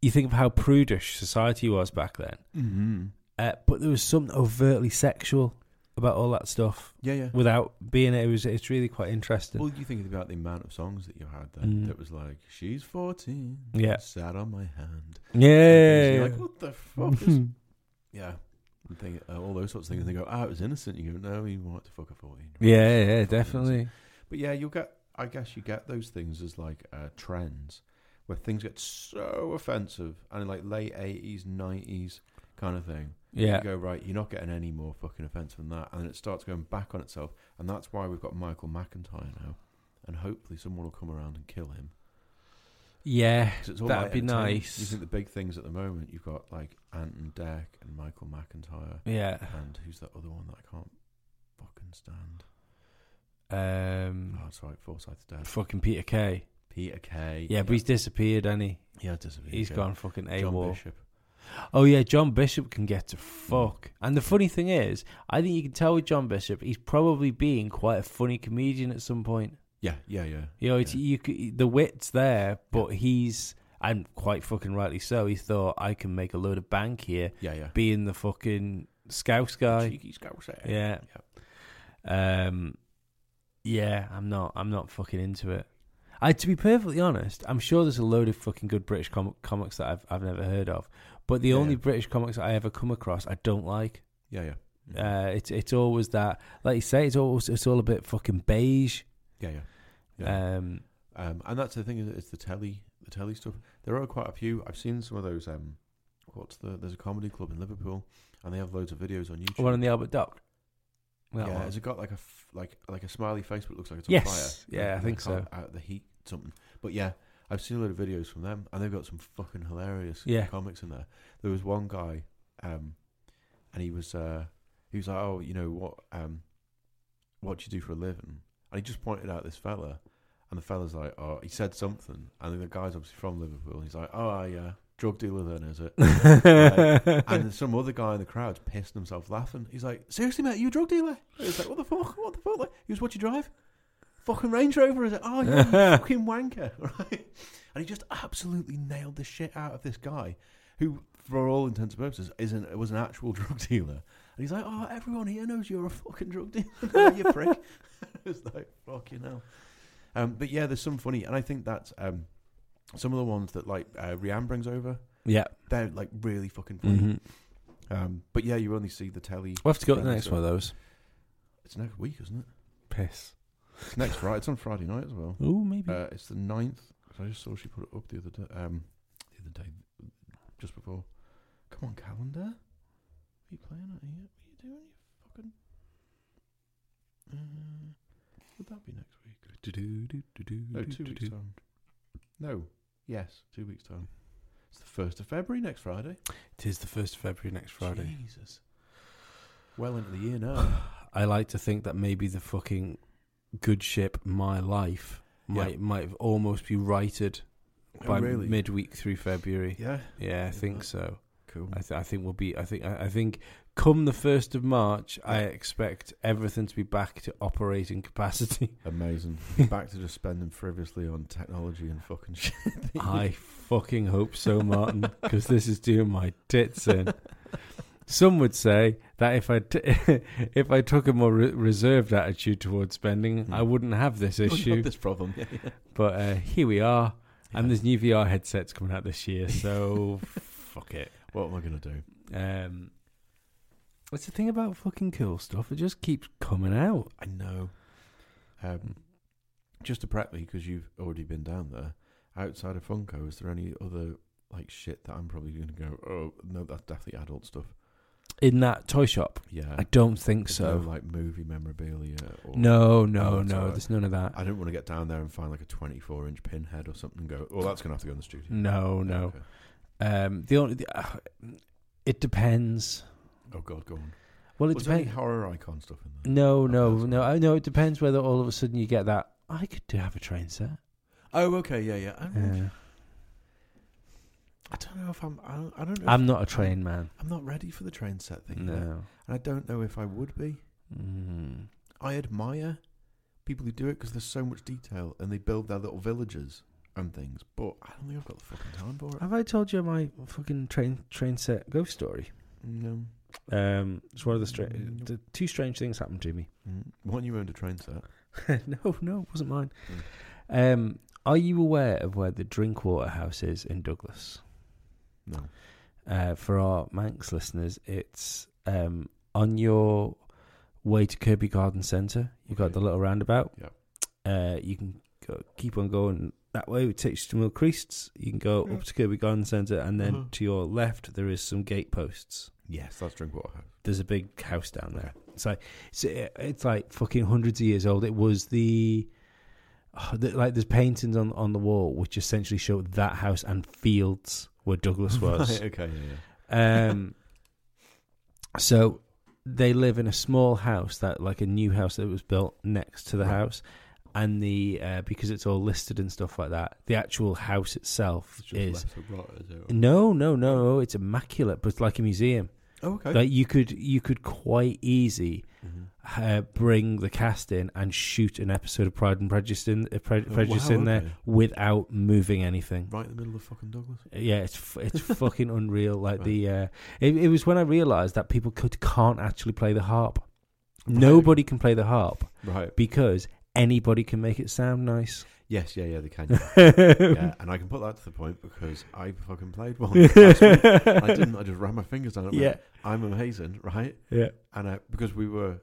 you think of how prudish society was back then, Mm-hmm. uh, but there was something overtly sexual about all that stuff Yeah, yeah. without being it was it's really quite interesting. Well, you think about the amount of songs that you had then Mm. that was like, she's 14, yeah, sat on my hand. And yeah. you're like, what the fuck [laughs] is... yeah. And think, uh, all those sorts of things. And they go, ah, it was innocent. You go, no, you wanted to fuck a 14. Yeah, yeah, Fucking innocent. definitely. But yeah, you'll get, I guess you get those things as like uh, trends where things get so offensive and like late 80s, 90s kind of thing. Yeah. You go, right, you're not getting any more fucking offense than that. And then it starts going back on itself. And that's why we've got Michael McIntyre now. And hopefully someone will come around and kill him. Yeah. 'Cause it's all That'd about be entertainment. nice. You think the big things at the moment, you've got like Anton Deck and Michael McIntyre. Yeah. And who's that other one that I can't fucking stand? Um Hmm. Oh, it's right, Forsyth's dead. fucking Peter Kay. Peter Kay. Yeah, but he's disappeared, and he? yeah, it doesn't really He's go. gone fucking John AWOL. Bishop. Hmm. Oh yeah, John Bishop can get to fuck. And the funny thing is, I think you can tell with John Bishop, he's probably being quite a funny comedian at some point. Yeah, yeah, yeah. You know, it's, you c- the wit's there, but he's and quite fucking rightly so. He thought I can make a load of bank here, Yeah, yeah. being the fucking scouse guy. Cheeky scouser. Yeah. Um, yeah, I'm not. I'm not fucking into it. I, to be perfectly honest, I'm sure there's a load of fucking good British com- comics that I've I've never heard of, but the Yeah. only British comics that I ever come across, I don't like. Yeah, yeah. Uh, it's it's always that, like you say, it's always it's all a bit fucking beige. Yeah, yeah. Yeah. Um, Um, and that's the thing is it's the telly, the telly stuff. There are quite a few. I've seen some of those. Um, what's the? There's a comedy club in Liverpool, and they have loads of videos on YouTube. one in the Albert Dock. That yeah, one. has it got like a f- like like a smiley face, but it looks like it's on Yes. fire? Yeah, I Like, think can't- Out the heat, something. But yeah, I've seen a lot of videos from them, and they've got some fucking hilarious Yeah. comics in there. There was one guy, um, and he was uh, he was like, oh, you know what, um, what do you do for a living? And he just pointed out this fella, and the fella's like, oh, he said something, and the guy's obviously from Liverpool. And he's like, oh, I uh, drug dealer then, is it? [laughs] and then some other guy in the crowd's pissing himself laughing. He's like, "Seriously, mate, you a drug dealer?" It's like, "What the fuck? What the fuck?" Like, he was, "What do you drive?" Fucking Range Rover. Is it? Oh, yeah, you fucking wanker, [laughs] right? And he just absolutely nailed the shit out of this guy, who, for all intents and purposes, isn't was an actual [laughs] drug dealer. And he's like, "Oh, everyone here knows you're a fucking drug dealer, [laughs] you prick." it's like, "Fuck you know." Um, but yeah, there's some funny, and I think that's um, some of the ones that like uh, Rianne brings over. yeah. They're like really fucking funny. hmm Um, but yeah, you only see the telly. We'll have to go to the next one of those. It's next week, isn't it? Piss. It's next Friday. It's on Friday night as well. Oh, maybe. Uh, it's the 9th. 'cause I just saw she put it up the other day. Um, the other day, just before. Come on, calendar. Are you playing it here? What are you doing? You fucking. Uh, would that be next week? No, oh, two weeks time. No. Yes, two weeks time. It's the first of February next Friday. it is the 1st of February next Friday. Jesus. Well into the year now. [sighs] I like to think that maybe the fucking good ship, My Life, might might almost be righted by midweek through February. Yeah, Oh, Yeah. I think so. Cool. I, th- I think we'll be. I think. I, I think. Come the first of March, I expect everything to be back to operating [laughs] [laughs] capacity. [laughs] Amazing. Back to just spending frivolously on technology and fucking shit. I fucking hope so, Martin, because this is doing my tits in. Some would say that if I t- [laughs] if I took a more re- reserved attitude towards spending, Hmm. I wouldn't have this [laughs] issue. this problem. Yeah, yeah. But uh, here we are, and Yeah. there's new VR headsets coming out this year, [laughs] so fuck it. What am I gonna do? Um, that's the thing about fucking cool stuff; it just keeps coming out. I know. Um, just to prep me because you've already been down there. Outside of Funko, is there any other like shit that I'm probably gonna go? Oh no, that's definitely adult stuff. In that toy shop, Yeah. I don't think There's so. no, like movie memorabilia. Or No, no, Oh, that's no. all right. There's none of that. I don't want to get down there and find like a 24 inch pinhead or something. and Go. Oh, that's gonna have to go in the studio. No, Yeah, no. okay. Um, the only the, uh, it depends. Oh god, go on. Well, it Was there any depends. horror icon stuff in there? No, no, that's no, I- no. It depends whether all of a sudden you get that. I could do have a train set. Oh, okay, yeah, yeah. I don't, Yeah. I don't know if I'm. I don't, I don't know. I'm if, not a train man. I'm not ready for the train set thing. yet. No. and I don't know if I would be. Mm. I admire people who do it because there's so much detail and they build their little villages and things. But I don't think I've got the fucking time for it. Have I told you my fucking train train set ghost story? No. Um, it's one of the, stra- the two strange things happened to me. [laughs] Mm. Why don't you owned a train set? no, no, it wasn't mine. Um, are you aware of where the Drinkwater House is in Douglas? No. Uh, for our Manx listeners, it's um, on your way to Kirby Garden Centre. You've got Okay. the little roundabout. Yeah. Uh, you can go, keep on going that way. It takes you to Mill Creasts. You can go Yeah. up to Kirby Garden Centre, and then Uh-huh. to your left there is some gateposts. Yes, that's Drinkwater [laughs] House. there's a big house down there. It's like it's, it's like fucking hundreds of years old. It was the, oh, the- like there's paintings on on the wall which essentially show that house and fields where [laughs] Douglas was. Right, okay, yeah, yeah. um, so they live in a small house that like a new house that was built next to the Right. house, and the uh, because it's all listed and stuff like that. The actual house itself It's just is left to rot, is it? no, no, no, no. It's immaculate, but it's like a museum. Oh, okay. Like you could you could quite easy Mhm. uh, bring the cast in and shoot an episode of Pride and Prejudice in, uh, Pre- Oh, Prejudice wow, in there okay. without moving anything. Right in the middle of fucking Douglas. Yeah, it's f- [laughs] it's fucking unreal. Like the uh, it, it was when I realised that people could can't actually play the harp. Nobody can play the harp Right. because anybody can make it sound [laughs] nice. Yes, yeah, yeah, they [laughs] can. yeah, and I can put that to the point because I fucking played one. last [laughs] week. I didn't. I just ran my fingers down. It [laughs] went, Yeah, I'm amazing, right? yeah, And I, because we were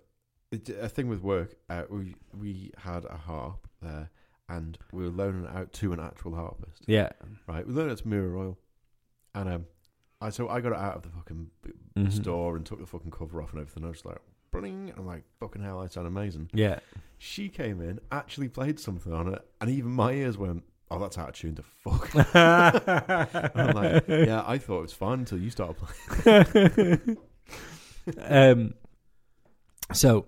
it- a thing with work, uh, we we had a harp there, and we were loaning it out to an actual harpist. yeah. Right, we learned it's Mirror Oil, and um, I so I got it out of the fucking b- Mhm. store and took the fucking cover off and everything. I was just like, bling, and I'm like, fucking hell, I sound amazing. Yeah, She came in, actually played something on it, and even my ears went, oh, that's out of tune to fuck. [laughs] And [laughs] I'm [laughs] like, yeah, I thought it was fun until you started playing. um, so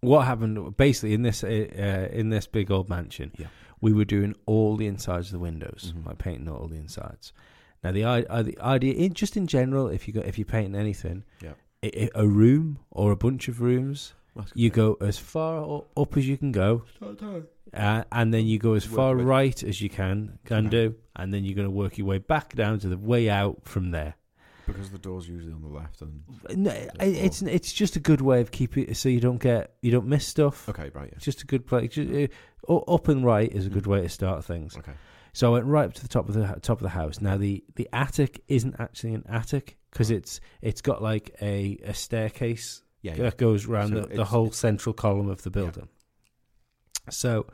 what happened basically in this uh, uh, in this big old mansion? Yeah. we were doing all the insides of the windows, Mhm. like painting all the insides. Now the, i- uh, the idea, in, just in general, if you go, if you're painting anything, Yeah. i- i- a room or a bunch of rooms, you go as far u- up as you can go, uh, and then you go as Work far with- right as you can can Yeah. do, and then you're going to work your way back down to the way out from there. Because the door's usually on the left and. No, I- it's it's just a good way of keeping it so you don't get you don't miss stuff. Okay, right, It's [laughs] yeah. just a good place. Just, uh, u- up and right is a Mm. good way to start things. Okay. So I went right up to the top of the ho- top of the house. Now the the attic isn't actually an attic Mm. because it's it's got like a a staircase Yeah, yeah. that goes round the, So the it's- whole it's- central column of the building. So,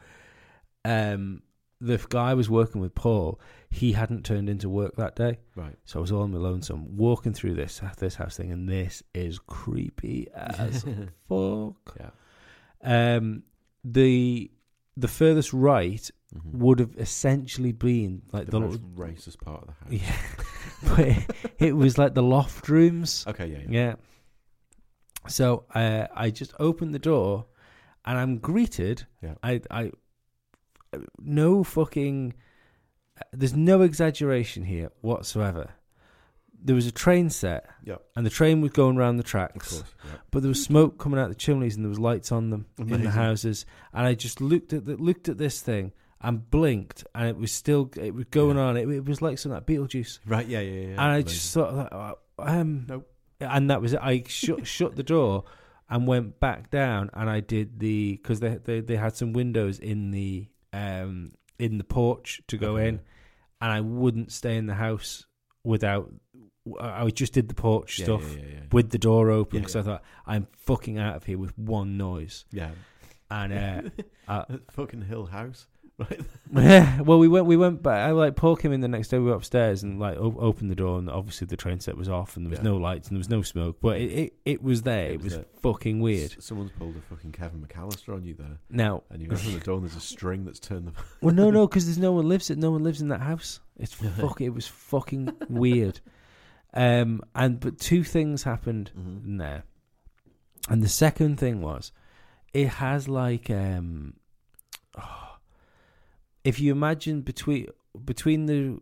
um, the f- guy I was working with Paul, he hadn't turned into work that day. [laughs] Right. So I was all on my lonesome, walking through this this house thing, and this is creepy as fuck. [laughs] Yeah. Um, the the furthest right Mhm. would have essentially been like The, the, most racist part of the house. yeah, but it, [laughs] it was like the loft [laughs] rooms. Okay, yeah, yeah. Yeah. So uh, I just opened the door, and I'm greeted. Yeah. I I no fucking. There's no exaggeration here whatsoever. There was a train set, Yeah. and the train was going round the Of tracks, course. Yeah. but there was smoke coming out the chimneys, and there was lights on them in the Amazing. houses. And I just looked at the, looked at this thing and blinked, and it was still it was going Yeah. on. It, it was like some like Beetlejuice Right, yeah, yeah, yeah. and I amazing. just sort of like, uh, um, Nope. And that was it. I shut shut the door and went back down, and I did the because they, they they had some windows in the um in the porch to go Okay, in, yeah. and I wouldn't stay in the house without. I I just did the porch yeah, stuff Yeah, yeah, yeah, yeah. with the door open Yeah, because yeah. I thought I'm fucking out of here with one noise. yeah. [laughs] And uh, That fucking hill house. [laughs] Right. uh, well, we went we went back. I like Paul came in the next day. We were upstairs and like o- opened the door, and obviously the train set was off, and there was Yeah. no lights and there was no smoke, but it it, it was there. It, It was, was there. fucking weird. S- someone's pulled a fucking Kevin McAllister on you there, Now, and you open the door and there's a string that's turned the. [laughs] well, no, no, because there's no one lives it. No one lives in that house. [laughs] It's fuck. It was fucking [laughs] weird. Um, and but two things happened [laughs] Mhm. in there, and the second thing was, it has like um, [sighs] oh, if you imagine between between the,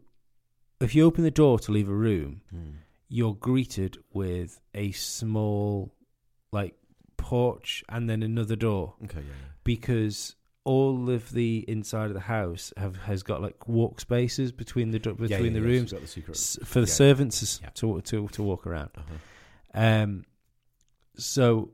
if you open the door to leave a room, Mm. you're greeted with a small like porch and then another door Okay, yeah, yeah. because all of the inside of the house have has got like walk spaces between the do- between Yeah, the yeah, yeah, so you've rooms got the secret. s- for the yeah. servants Yeah. to to to walk around. [laughs] Uh-huh. Um, so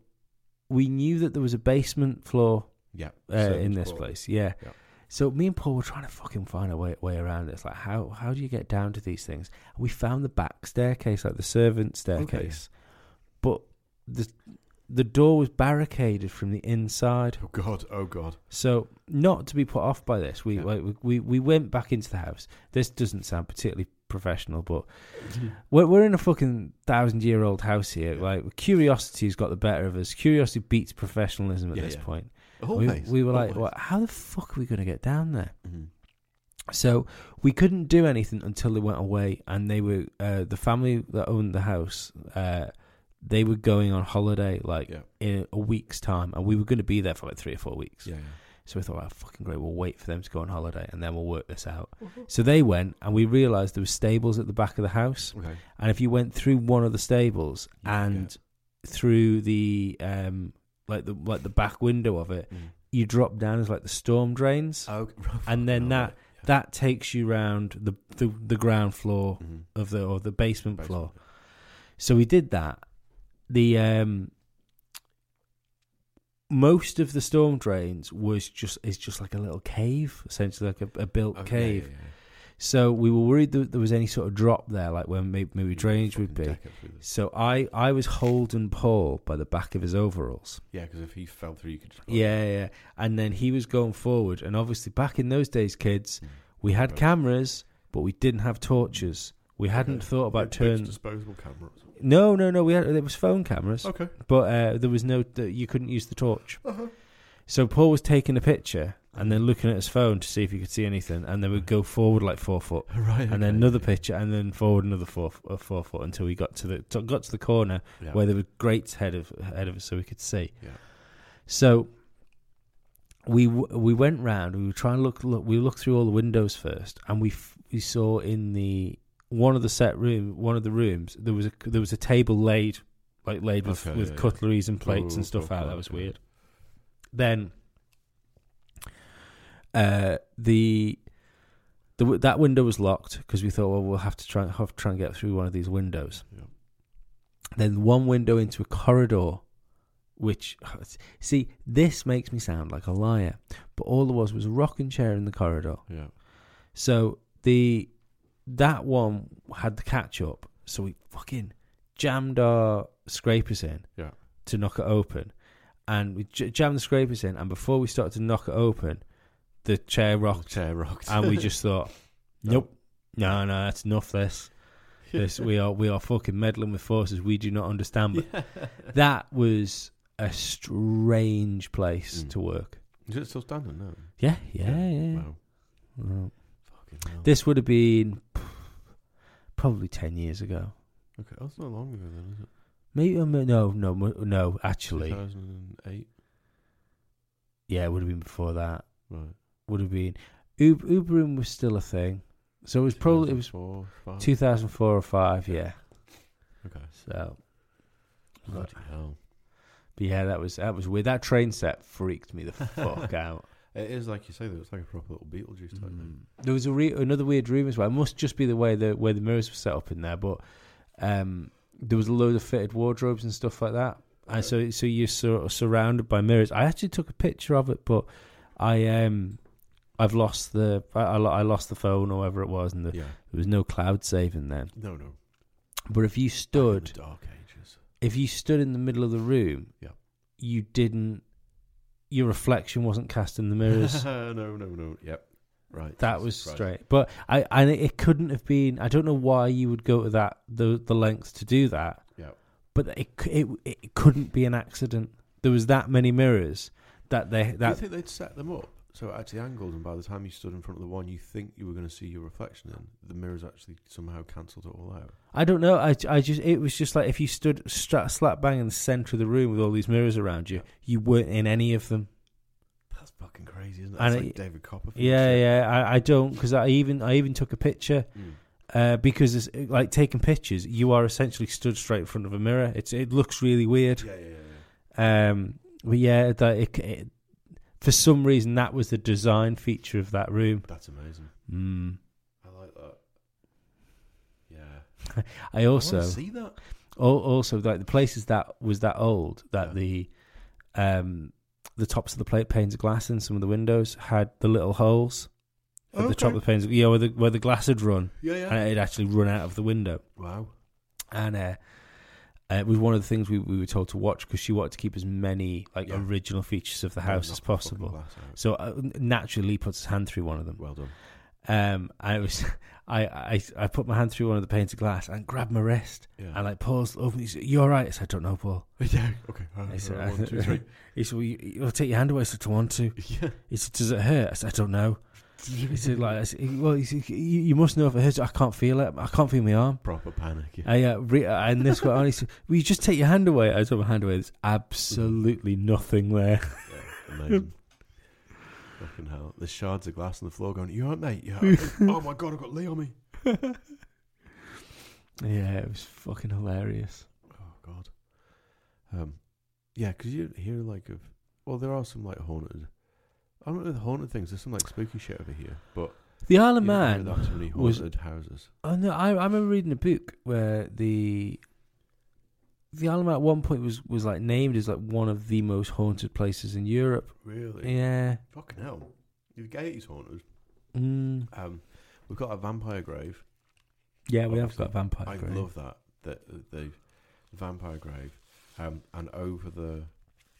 we knew that there was a basement floor Yeah, uh, in servants this quarter. place. Yeah. Yeah. So me and Paul were trying to fucking find a way way around it. It's like how how do you get down to these things? We found the back staircase, like the servant staircase, but the the door was barricaded from the inside. [laughs] Oh god! [laughs] Oh god! So not to be put off by this, we Yeah. like, we, we we went back into the house. This doesn't sound particularly professional, but we're we're in a fucking thousand year old house here. Yeah. Like curiosity's got the better of us. Curiosity beats professionalism at Yeah, this yeah. point. Always. We, we were like, always. well, how the fuck are we going to get down there? Mhm. So we couldn't do anything until they went away, and they were uh, the family that owned the house. Uh, they were going on holiday like Yeah. in a week's time, and we were going to be there for like three or four weeks. Yeah, yeah. So we thought, oh, fucking great, we'll wait for them to go on holiday and then we'll work this out. So they went, and we realised there were stables at the back of the house. Okay. And if you went through one of the stables You could and through the um, like the like the back window of it, Mm. you drop down as like the storm drains. [laughs] Okay. And then that- That takes you round the, the the ground floor hmm of the or the basement floor. So we did that. The um most of the storm drains was just is just like a little cave, essentially like a, a Oh, built cave. So we were worried that there was any sort of drop there, like where maybe, maybe drainage would be. So I I was holding Paul by the back of his overalls. Yeah, because if he fell through, you could just. Yeah, yeah. And then he was going forward, and obviously back in those days, kids, Mm. we had Right. cameras, but we didn't have torches. We hadn't Okay. thought about Big- big turn. disposable camera. or something. No, no, no. We had it was phone cameras, Okay. [laughs] Uh-huh. but uh, there was no th- you couldn't use the torch. So Paul was taking a picture and then looking at his phone to see if he could see anything, and then we'd go forward like four foot, Right. and then another picture, and then forward another four uh, four foot until we got to the to, got to the corner Yeah. where there were grates head of ahead of us, so we could see. Yeah. So we w- we went round. We were trying to look. look we looked through all the windows first, and we f- we saw in the one of the set room, one of the rooms, there was a there was a table laid like laid with Okay, with yeah, yeah. cutleries and plates Cool, and stuff cool, out. cool, That was yeah. weird. Then uh, the the, w- that window was locked because we thought, well, we'll have to try and have to try and get through one of these windows. Yeah. Then one window into a corridor, which see this makes me sound like a liar, but all there was was a rocking chair in the corridor. Yeah. So the that one had the catch up, so we fucking jammed our scrapers in Yeah. to knock it open, and we j- jammed the scrapers in, and before we started to knock it open, the chair rocked Chair rocked. and we [laughs] just [laughs] thought, nope, no, no, that's enough. This, this, we are we are fucking meddling with forces we do not understand. But that was a strange place Mm. to work. Is it still standing? No. Yeah, yeah, yeah. Wow. Well, Fucking hell. This would have been probably ten years ago. Okay, that's not long ago then, is it? Maybe um, no, no, mo- no. Actually, 2008. yeah, it would have been before that. Right. Would have been Uber, Ubering was still a thing, so it was probably it was 2004, five. 2004 or five. Yeah, Okay. so. Bloody hell. But yeah, that was that was weird. That train set freaked [laughs] me the fuck out. It is like you say, though. It's like a proper little Beetlejuice Mm, type thing. There was a re- another weird room as well. It must just be the way the where the mirrors were set up in there, but um, there was a load of fitted wardrobes and stuff like that. And so so you're sort of surrounded by mirrors. I actually took a picture of it, but I um I've lost the I, I lo- I lost the phone or whatever it was, and the, Yeah. there was no cloud saving then. No, no. But if you Good. stood dark ages. if you stood in the middle of the room, Yeah. you didn't your reflection wasn't cast in the [laughs] mirrors. no, no, no. Yep. Right. That Jesus was Christ. straight, but I and it couldn't have been. I don't know why you would go to that the the length to do that. Yeah. But it c- it it couldn't be an accident. There was that many mirrors that they Do you that think they'd set them up so at the angles, and by the time you stood in front of the one you think you were going to see your reflection in, the mirrors actually somehow cancelled it all out? I don't know. I I just it was just like if you stood stra- slap bang in the center of the room with all these mirrors around you, you weren't in any of them. That's fucking crazy, isn't it? And That's it- like David Copperfield. Yeah, shit. yeah. I, I don't because I even I even took a picture Mm. uh, because it's, like taking pictures, you are essentially stood straight in front of a mirror. It's it looks really weird. Yeah, yeah, yeah. yeah. Um, but yeah, that it, it, for some reason that was the design feature of that room. That's amazing. Mm. I like that. Yeah. I I wanna also see that. al- also like the places that was that old that Yeah. the um the tops of the plate panes of glass in some of the windows had the little holes at the top of the panes. Yeah, where the where the glass had run Yeah, yeah. and it had actually run out of the window. wow. And uh, uh, it was one of the things we, we were told to watch because she wanted to keep as many like Yeah. original features of the Don't house knock as the fucking possible. glass out. So uh, naturally, he puts his hand through one of them. Well done. Um, I was, [laughs] I, I, I put my hand through one of the panes of glass and grabbed my wrist. Yeah. And like Paul's over me. He said, "You all right?" I said, "I don't know, Paul." [laughs] yeah. Okay. all I right, said, all right, one, [laughs] two, three. [laughs] He said, "Well, you, you'll take your hand away." I said, "I want to." Yeah. He said, "Does it hurt?" I said, "I don't know." He [laughs] said, "Like, I said, well, he said, you, you must know if it hurts. I can't feel it. I can't feel my arm." Proper panic. Yeah. I, uh, re- and this went on. He said, "Will you just take your hand away?" [laughs] I took my hand away. There's absolutely nothing there. yeah. Amazing. Fucking hell. There's shards of glass on the floor going, You aren't, mate? [laughs] You alright?" oh my god, I've got Lee on me. [laughs] Yeah, it was fucking hilarious. Oh god. Um, yeah, because you hear like of well, there are some like haunted. I don't know the haunted things. There's some like spooky shit over here, but The Isle you of don't hear Man. that too many was- haunted houses. Oh no, I, I remember reading a book where the the Isle of Man at one point was, was like named as like one of the most haunted places in Europe. Really? Yeah. Fucking hell. The gate's haunted. Mm. Um, we've got a vampire grave. Yeah, we have Obviously, got vampire. I Grave. love that that the vampire grave, um, and over the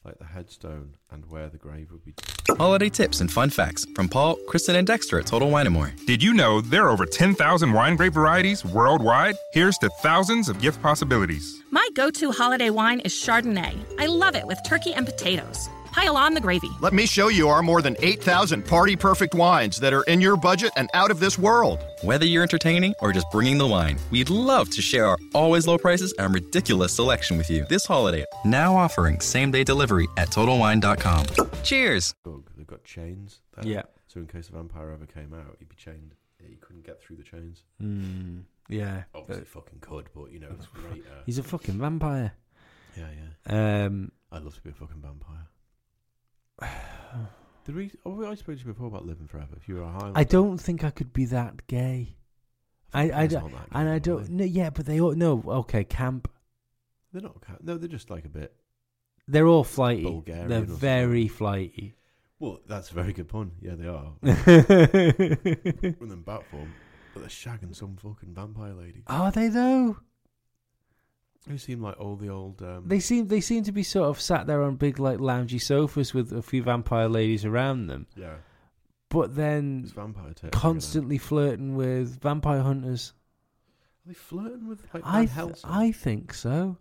like the headstone and where the grave would be. Holiday tips and fun facts from Paul, Kristen, and Dexter at Total Wine & More. Did you know there are over 10,000 wine grape varieties worldwide? Here's to thousands of gift possibilities. My go to holiday wine is Chardonnay. I love it with turkey and potatoes. Pile on the gravy. Let me show you our more than 8,000 party perfect wines that are in your budget and out of this world. Whether you're entertaining or just bringing the wine, we'd love to share our always low prices and ridiculous selection with you this holiday. Now offering same day delivery at TotalWine.com. Cheers! Bug. They've got chains. There. Yeah. So in case the vampire ever came out, he'd be chained. He couldn't get through the chains. Mm. Yeah. Obviously, fucking could, but you know, [laughs] it's great. Uh, He's a fucking vampire. yeah, yeah. Um, I'd love to be a [sighs] fucking vampire. Did we? Oh, I spoke to you before about living forever. If you were a high, I don't think I could be that gay. I, I Vampires don't, aren't that gay, and I are don't. they? No, yeah, but they all no. Okay, camp. They're not. ca- No, they're just like a bit. They're all flighty. Bulgarian They're or something. very flighty. Well, that's a very good pun. Yeah, [laughs] they are. [laughs] Run them bat form, but they're shagging some fucking vampire lady. Are they though? Who seem like all the old. Um, They seem they seem to be sort of sat there on big like loungy sofas with a few vampire ladies around them, yeah, but it's then vampire tech. constantly flirting with vampire hunters. Are they flirting with like I Van th- Helsing? I think so.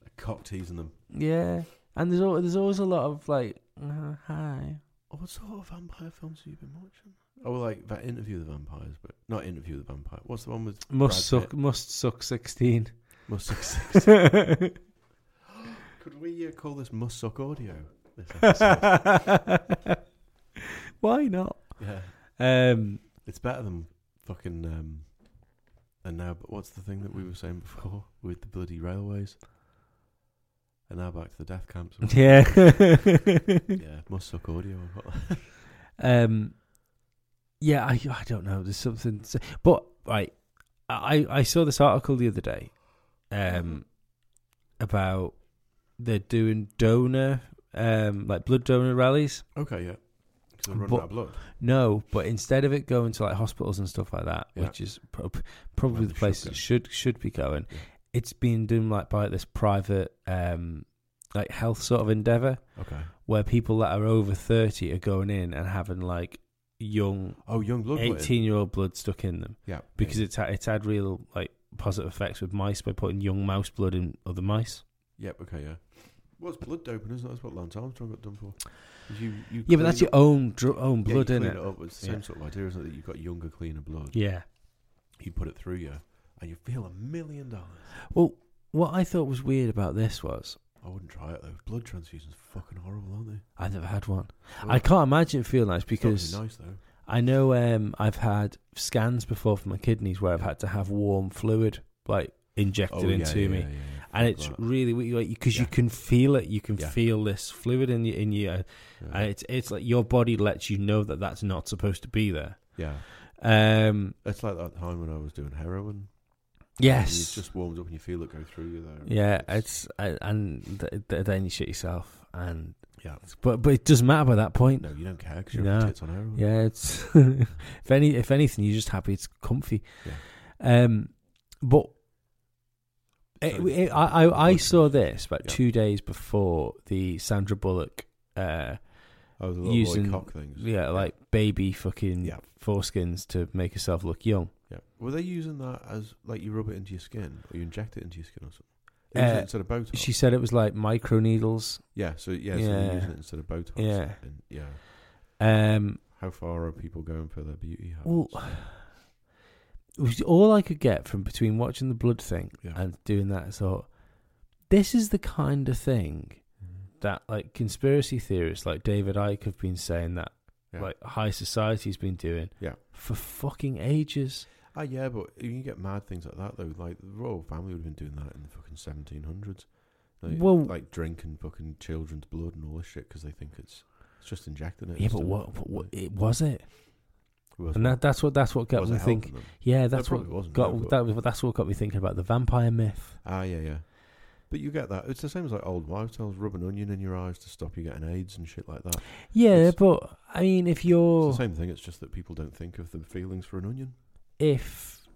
They're cock teasing them. Yeah, and there's al- there's always a lot of like uh, hi. Oh, what sort of vampire films have you been watching? Oh, well, like that interview with the vampires, but not interview with the vampire. What's the one with Must Brad suck. Pitt? Must suck. [laughs] Sixteen. [laughs] Must suck. Could we uh, call this must suck audio? This [laughs] episode? Why not? yeah, Um, it's better than fucking. Um, and now, but what's the thing that we were saying before with the bloody railways? And now back to the death [laughs] camps. yeah. [laughs] yeah, must suck audio. or what? um, yeah. I I don't know. There's something, to- but right. I I saw this article the other day, Mm-hmm. um, about they're doing donor, um, like blood donor rallies. okay, yeah. Because they're running But- out of blood. No, but instead of it going to like hospitals and stuff like that, Yeah. which is prob- probably Where the it should place it go. should should be going, Yeah. it's been done like by this private um like health sort of endeavor Okay. where people that are over thirty are going in and having like young Oh, young blood. put in. eighteen year old blood stuck in them Yeah. because it's had, it's had real like positive effects with mice by putting young mouse blood in other mice. Yep. Okay. Yeah. What's blood doping? Isn't it? That's what Lance Armstrong got done for. Is You, you Yeah, but that's clean your own dr- own up- yeah, blood you in clean it. up. It's the same Yeah. sort of idea, isn't it? That you've got younger, cleaner blood. Yeah. You put it through you, and you feel a million dollars. Well, what I thought was weird about this was I wouldn't try it though. Blood transfusions are fucking horrible, aren't they? I never had one. Well, I can't imagine it feeling nice Mm. it's not really because nice though. I know um, I've had scans before for my kidneys where I've had to have warm fluid like Oh, injected into me, and it's really weird because you Yeah. can feel it. You can Yeah. feel this fluid in your in your. And it's it's like your body lets you know that that's not supposed to be there. yeah. Um. It's like that time when I was doing heroin. Yes. You just warmed up and you feel it go through you there. yeah. It's I, and th- th- then you shit yourself, and yeah. but but it doesn't matter by that point. No, you don't care because you're No. tits on heroin. Yeah, it's [laughs] if any if anything, you're just happy it's comfy. Yeah. Um, but it, Sorry. it- I I, I Blood saw this about Yeah. two days before the Sandra Bullock, uh, Oh, the little Using- boy cock things. yeah, like baby fucking Yeah. foreskins to make herself look young. Yeah. Were they using that as like you rub it into your skin or you inject it into your skin or something? They use it Uh, instead of Botox. She said it was like micro needles. yeah. So yeah, So they're Yeah. using it instead of Botox. Yeah. And, yeah. Um, How far are people going for their beauty habits? well, it was all I could get from between watching the blood thing Yeah. and doing that. I thought this is the Mm. kind of thing that like conspiracy theorists like David Icke have been saying that Yeah. like high society's been doing Yeah. for fucking ages. Ah, yeah, but you can get mad things like that though. Like the royal family would have been doing that in the fucking seventeen hundreds. Like, Well- like drinking fucking children's blood and all this shit because they think it's it's just injecting it. Yeah, and but stuff. what, what, what it was it, Was- and that, that's what that's what got was me it helping thinking. them? Yeah, that's probably what wasn't, got no, but- that was that's what got me thinking about the vampire myth. Ah, yeah, yeah. But you get that. It's the same as like old wives' tales, rubbing onion in your eyes to stop you getting AIDS and shit like that. Yeah, It's- but I mean, if you're It's the same thing. It's just that people don't think of the feelings for an onion. if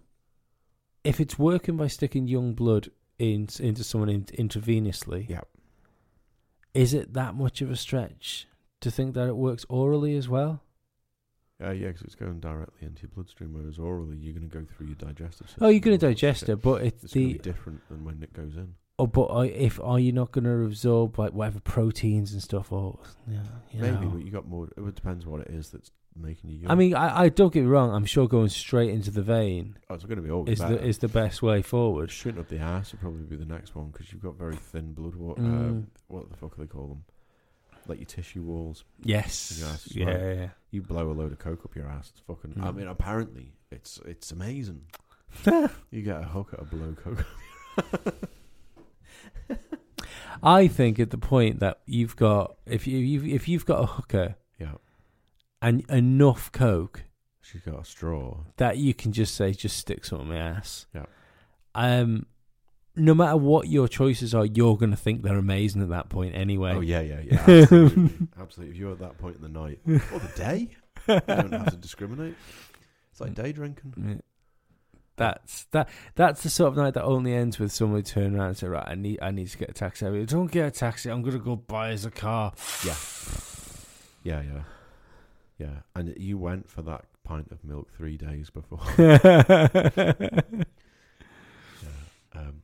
if it's working by sticking young blood in, into someone in, intravenously, Yeah. is it that much of a stretch to think that it works orally as well? Uh, yeah, because it's going directly into your bloodstream, whereas orally you're going to go through your digestive system. Oh, you're going and to all that digest shit. it, but it's, It's going the to be different than when it goes in. oh, but are, if are you not going to absorb like whatever proteins and stuff or yeah, you Maybe, know. but you got more. It depends what it is that's making you. Young. I mean, I, I don't get me wrong. I'm sure going straight into the vein oh, it's going to be all is better. the is the best way forward. shooting up the ass would probably be the next one because you've got very thin blood. Wa- uh, Mm. what the fuck do they call them? Like your tissue walls. Yes. Yes, yeah, right. yeah, yeah. You blow a load of coke up your ass. It's fucking. I Mm. mean, apparently it's it's amazing. you get a hook at a blow coke. I think at the point that you've got if you you've, if you've got a hooker yeah, and enough coke she's got a straw. that you can just say just stick some on my ass. Yeah. Um, no matter what your choices are, you're gonna think they're amazing at that point anyway. Oh yeah, yeah, yeah. Absolutely, absolutely. If you're at that point in the night or the day, you don't have to discriminate. It's like day drinking. Yeah. That's that. That's the sort of night that only ends with somebody turning around and say, "Right, I need, I need to get a taxi." I mean, don't get a taxi. I'm gonna go buy us a [laughs] car. Yeah. Yeah, yeah. Yeah. And you went for that pint of milk three days before. Um,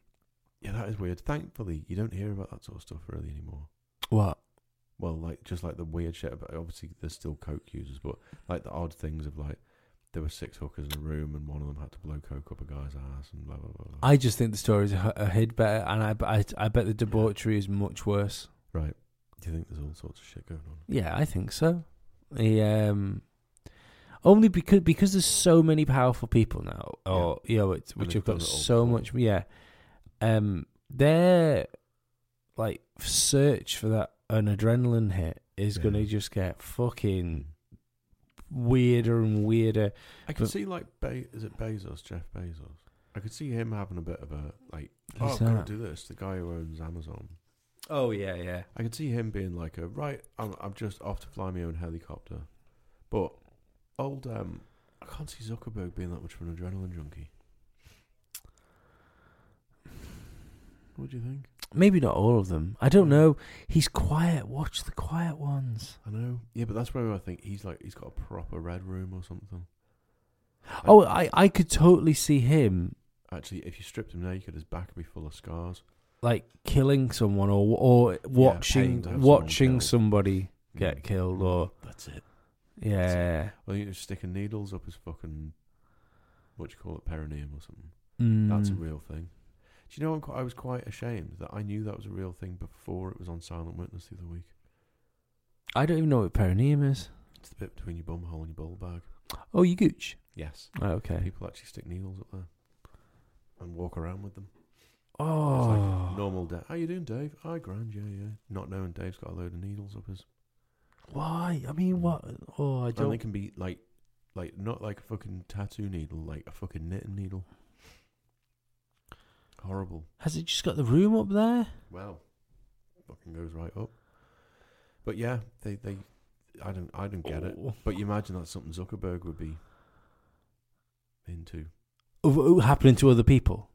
yeah, that is weird. Thankfully, you don't hear about that sort of stuff really anymore. what? Well, like, just like the weird shit about obviously, there's still coke users, but like the odd things of like, there were six hookers in a room and one of them had to blow coke up a guy's ass and blah, blah, blah. blah. I just think the stories are, are hid better, and I, I, I bet the debauchery is much worse. right. Do you think there's all sorts of shit going on? Yeah, I think so. The, um, only because because there's so many powerful people now, or you know, it's, And which they've have got done it all so before. much. Yeah, um, their like search for that an adrenaline hit is Yeah. going to just get fucking weirder and weirder. I could But- see like Be- is it Bezos, Jeff Bezos? I could see him having a bit of a like, Who's oh, I've that? got to do this. The guy who owns Amazon. Oh yeah, yeah. I could see him being like a right. I'm I'm just off to fly my own helicopter, but old um, I can't see Zuckerberg being that much of an adrenaline junkie. What do you think? Maybe not all of them. I don't know. He's quiet. Watch the quiet ones. I know, yeah, but that's where I think he's like he's got a proper red room or something. Oh, I, I could totally see him Actually, if you stripped him naked, his back would be full of scars. like killing someone or or watching paying to have someone watching killed. somebody get Mm. killed or That's it. yeah I think it's sticking needles up his fucking what do you call it, perineum or something. Mm. That's a real thing. Do you know I'm quite, I was quite ashamed that I knew that was a real thing before it was on Silent Witness the other week. I don't even know what perineum is. It's the bit between your bum hole and your ball bag. Oh, you gooch. Yes, Oh, okay. people actually stick needles up there and walk around with them. It's like Oh, normal. Da- How you doing, Dave? I grand, yeah, yeah. Not knowing Dave's got a load of needles up his. why? I mean, what? Oh, I Mm. And they don't. can be like, like not like a fucking tattoo needle, like a fucking knitting needle. Horrible. Has it just got the room up there? Well, fucking goes right up. But yeah, they they, I don't I don't get it. Oh. But you imagine that's something Zuckerberg would be into, Oh, oh, happening to other people?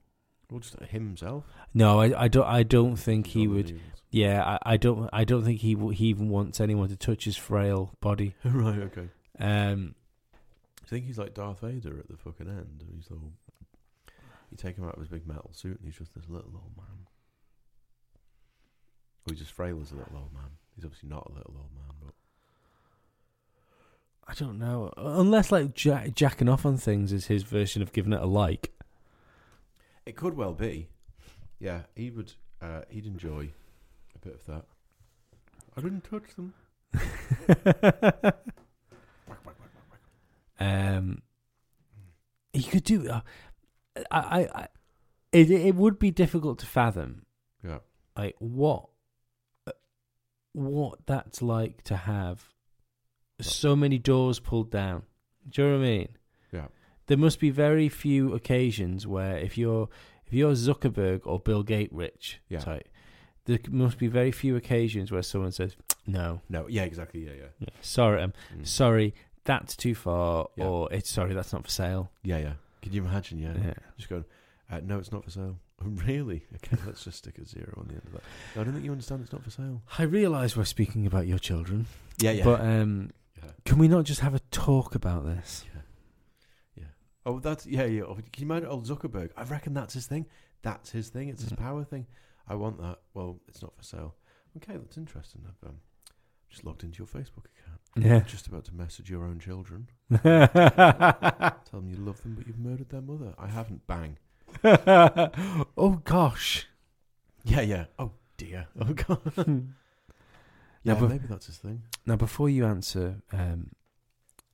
or just himself. No, I, I don't. I don't think he Got the would. needles. Yeah, I, I don't. I don't think he w- he even wants anyone to touch his frail body. [laughs] right. Okay. Do you Um, think he's like Darth Vader at the fucking end? He's all. You take him out of his big metal suit, and he's just this little old man. Or he's just frail as a little old man. He's obviously not a little old man, but I don't know. Unless like ja jacking off on things is his version of giving it a like. It could well be. Yeah, he would. Uh, he'd enjoy a bit of that. I didn't touch them. Um, you could do. Uh, I, I, I it, it would be difficult to fathom, Yeah. like what, uh, what that's like to have so many doors pulled down. Do you know what I mean? Yeah. There must be very few occasions where if you're if you're Zuckerberg or Bill Gates rich Yeah. type, there must be very few occasions where someone says no. No. Yeah. Exactly. Yeah. Yeah. Sorry, um, Mm. sorry, that's too far, Yeah. or it's sorry, that's not for sale. Yeah. Yeah. Can you imagine? Yeah. Yeah. Just going. Uh, no, it's not for sale. [laughs] really? Okay, let's just stick a zero on the end of that. No, I don't think you understand. It's not for sale. I realise we're speaking about your children, Yeah, but um, Yeah. can we not just have a talk about this? Oh, that's yeah, yeah. Oh, Can you imagine old Zuckerberg? I reckon that's his thing. That's his thing. It's his power thing. I want that. Well, it's not for sale. Okay, that's interesting. I've um, just logged into your Facebook account. Yeah. [laughs] I'm just about to message your own children. oh Tell them you love them, but you've murdered their mother. I haven't. Bang. Oh, gosh. Yeah, yeah. Oh dear. [laughs] Oh god. Yeah, but- maybe that's his thing. Now, before you answer, um,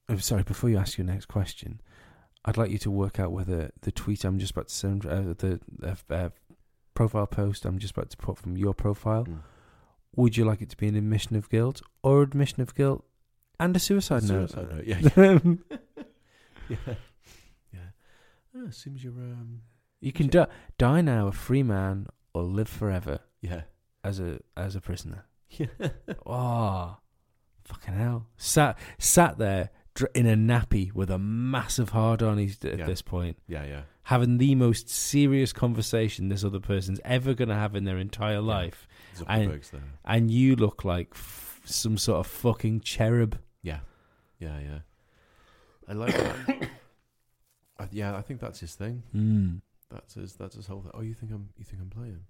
I'm sorry, before you ask your next question, I'd like you to work out whether the tweet I'm just about to send, uh, the uh, uh, profile post I'm just about to put from your profile, Mm. would you like it to be an admission of guilt or admission of guilt and a suicide, Suicide note, [laughs] Yeah, note? yeah, yeah. yeah. Ah, seems you're um. [laughs] you can di- die now a free man or live forever Yeah. as a as a prisoner. [laughs] Yeah. Oh, fucking hell! Sat sat there dr- in a nappy with a massive hard on. He's at Yeah. this point yeah. [laughs] Yeah. having the most serious conversation this other person's ever going to have in their entire life, Zuckerberg's there. and you look like f- some sort of fucking cherub. Yeah, yeah, yeah. I like that. [coughs] I, yeah, I think that's his thing. Hmm. Mm. That's his. That's his whole. Thing. Oh, you think I'm? You think I'm playing?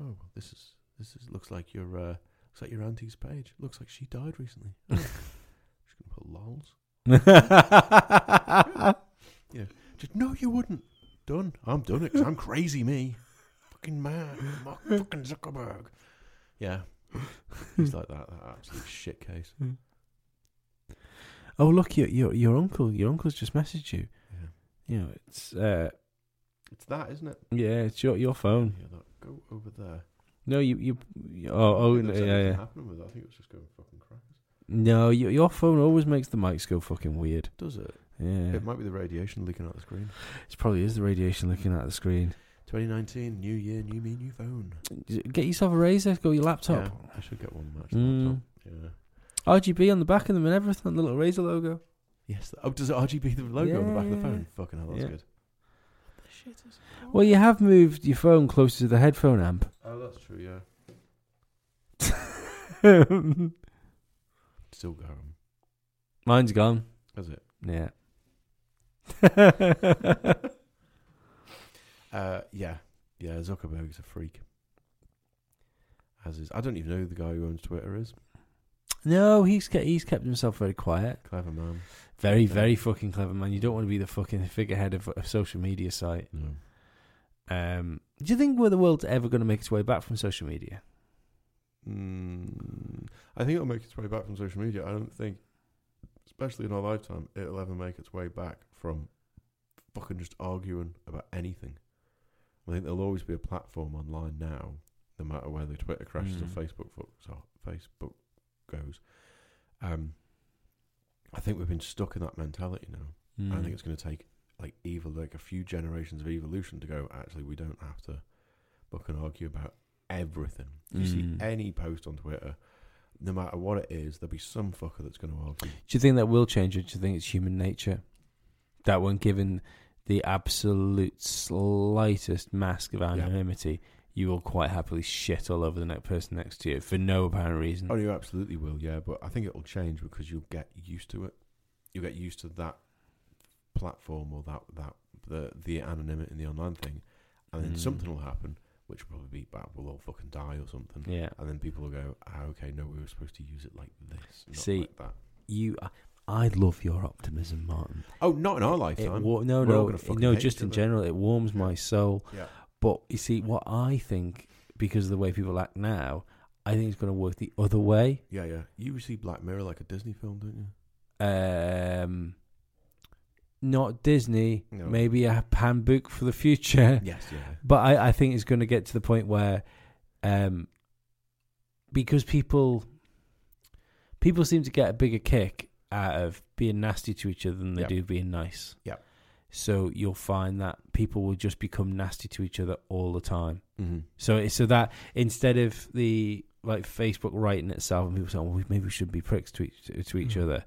Oh, well, this is. This is. Looks like your. Uh, looks like your auntie's page. Looks like she died [laughs] recently. Oh, She's gonna put lols. Yeah. Just, no, you wouldn't. Done. I'm done it 'cause I'm crazy. Me. Fucking mad. Mark fucking Zuckerberg. Yeah. He's like that. That absolute shit case. [laughs] oh look, your your your uncle, your uncle's just messaged you. Yeah. You know, it's uh, It's that, isn't it? yeah, it's your your phone. Yeah, that. Go over there. No, you you. you- Oh, oh, I think no, there was yeah, anything yeah. Happening with it. I think it was just going fucking crackers. No, your your phone always makes the mics go fucking weird. Does it? Yeah, It might be the radiation leaking out the screen. it probably is the radiation looking at the screen. 2019, new year, new me, new phone. Get yourself a razor, go your laptop. Yeah, I should get one match. Mm. laptop. Yeah. RGB on the back of them and everything, the little razor logo. Yes. th- Oh, does it RGB the logo on the back of Yeah. the phone? Fucking hell, that's Yeah. good. Well, you have moved your phone closer to the headphone amp. Oh, that's true. Yeah. [laughs] Mine's Still got 'em. gone. Has it? Yeah. [laughs] Uh, yeah. Yeah. Zuckerberg's a freak. As is, I don't even know who the guy who owns Twitter is. no, he's kept, he's kept himself very quiet. Clever man. Very, very fucking clever man. You don't want to be the fucking figurehead of a social media site. No. Um, do you think where the world's ever going to make its way back from social media? Mm, I think it'll make its way back from social media. I don't think, especially in our lifetime, it'll ever make its way back from fucking just arguing about anything. I think there'll always be a platform online now, no matter whether Twitter crashes Mm. or Facebook fucks or Facebook goes. Um, I think we've been stuck in that mentality now. Hmm. I think it's going to take like evil, like a few generations of evolution to go. Actually, we don't have to fucking argue about everything. You see Mm. any post on Twitter, no matter what it is, there'll be some fucker that's going to argue. Do you think that will change, or do you think it's human nature? That when given the absolute slightest mask of anonymity, you will quite happily shit all over the next person next to you for no apparent reason. Oh, you absolutely will, yeah. But I think it'll change because you'll get used to it. You'll get used to that platform or that that the the anonymity in the online thing, and then Mm. something will happen, which will probably be bad. We'll all fucking die or something. Yeah, And then people will go, ah, okay, no, we were supposed to use it like this, not See, like that. you. I, I love your optimism, Martin. Oh, not in our It, lifetime. wa- no, We're all no, gonna fucking no. hate Just each in other. general, it warms my soul. Yeah. But you see, what I think, because of the way people act now, I think it's going to work the other way. Yeah, yeah. You see Black Mirror like a Disney film, don't you? Um, not Disney, No. maybe a handbook for the future. Yes, yeah. But I, I think it's going to get to the point where, um, because people, people seem to get a bigger kick out of being nasty to each other than they Yep. do being nice. Yep. So you'll find that people will just become nasty to each other all the time. Mm-hmm. So it's so that instead of the like Facebook writing itself and people saying, well, we- maybe we shouldn't be pricks to each, to each other,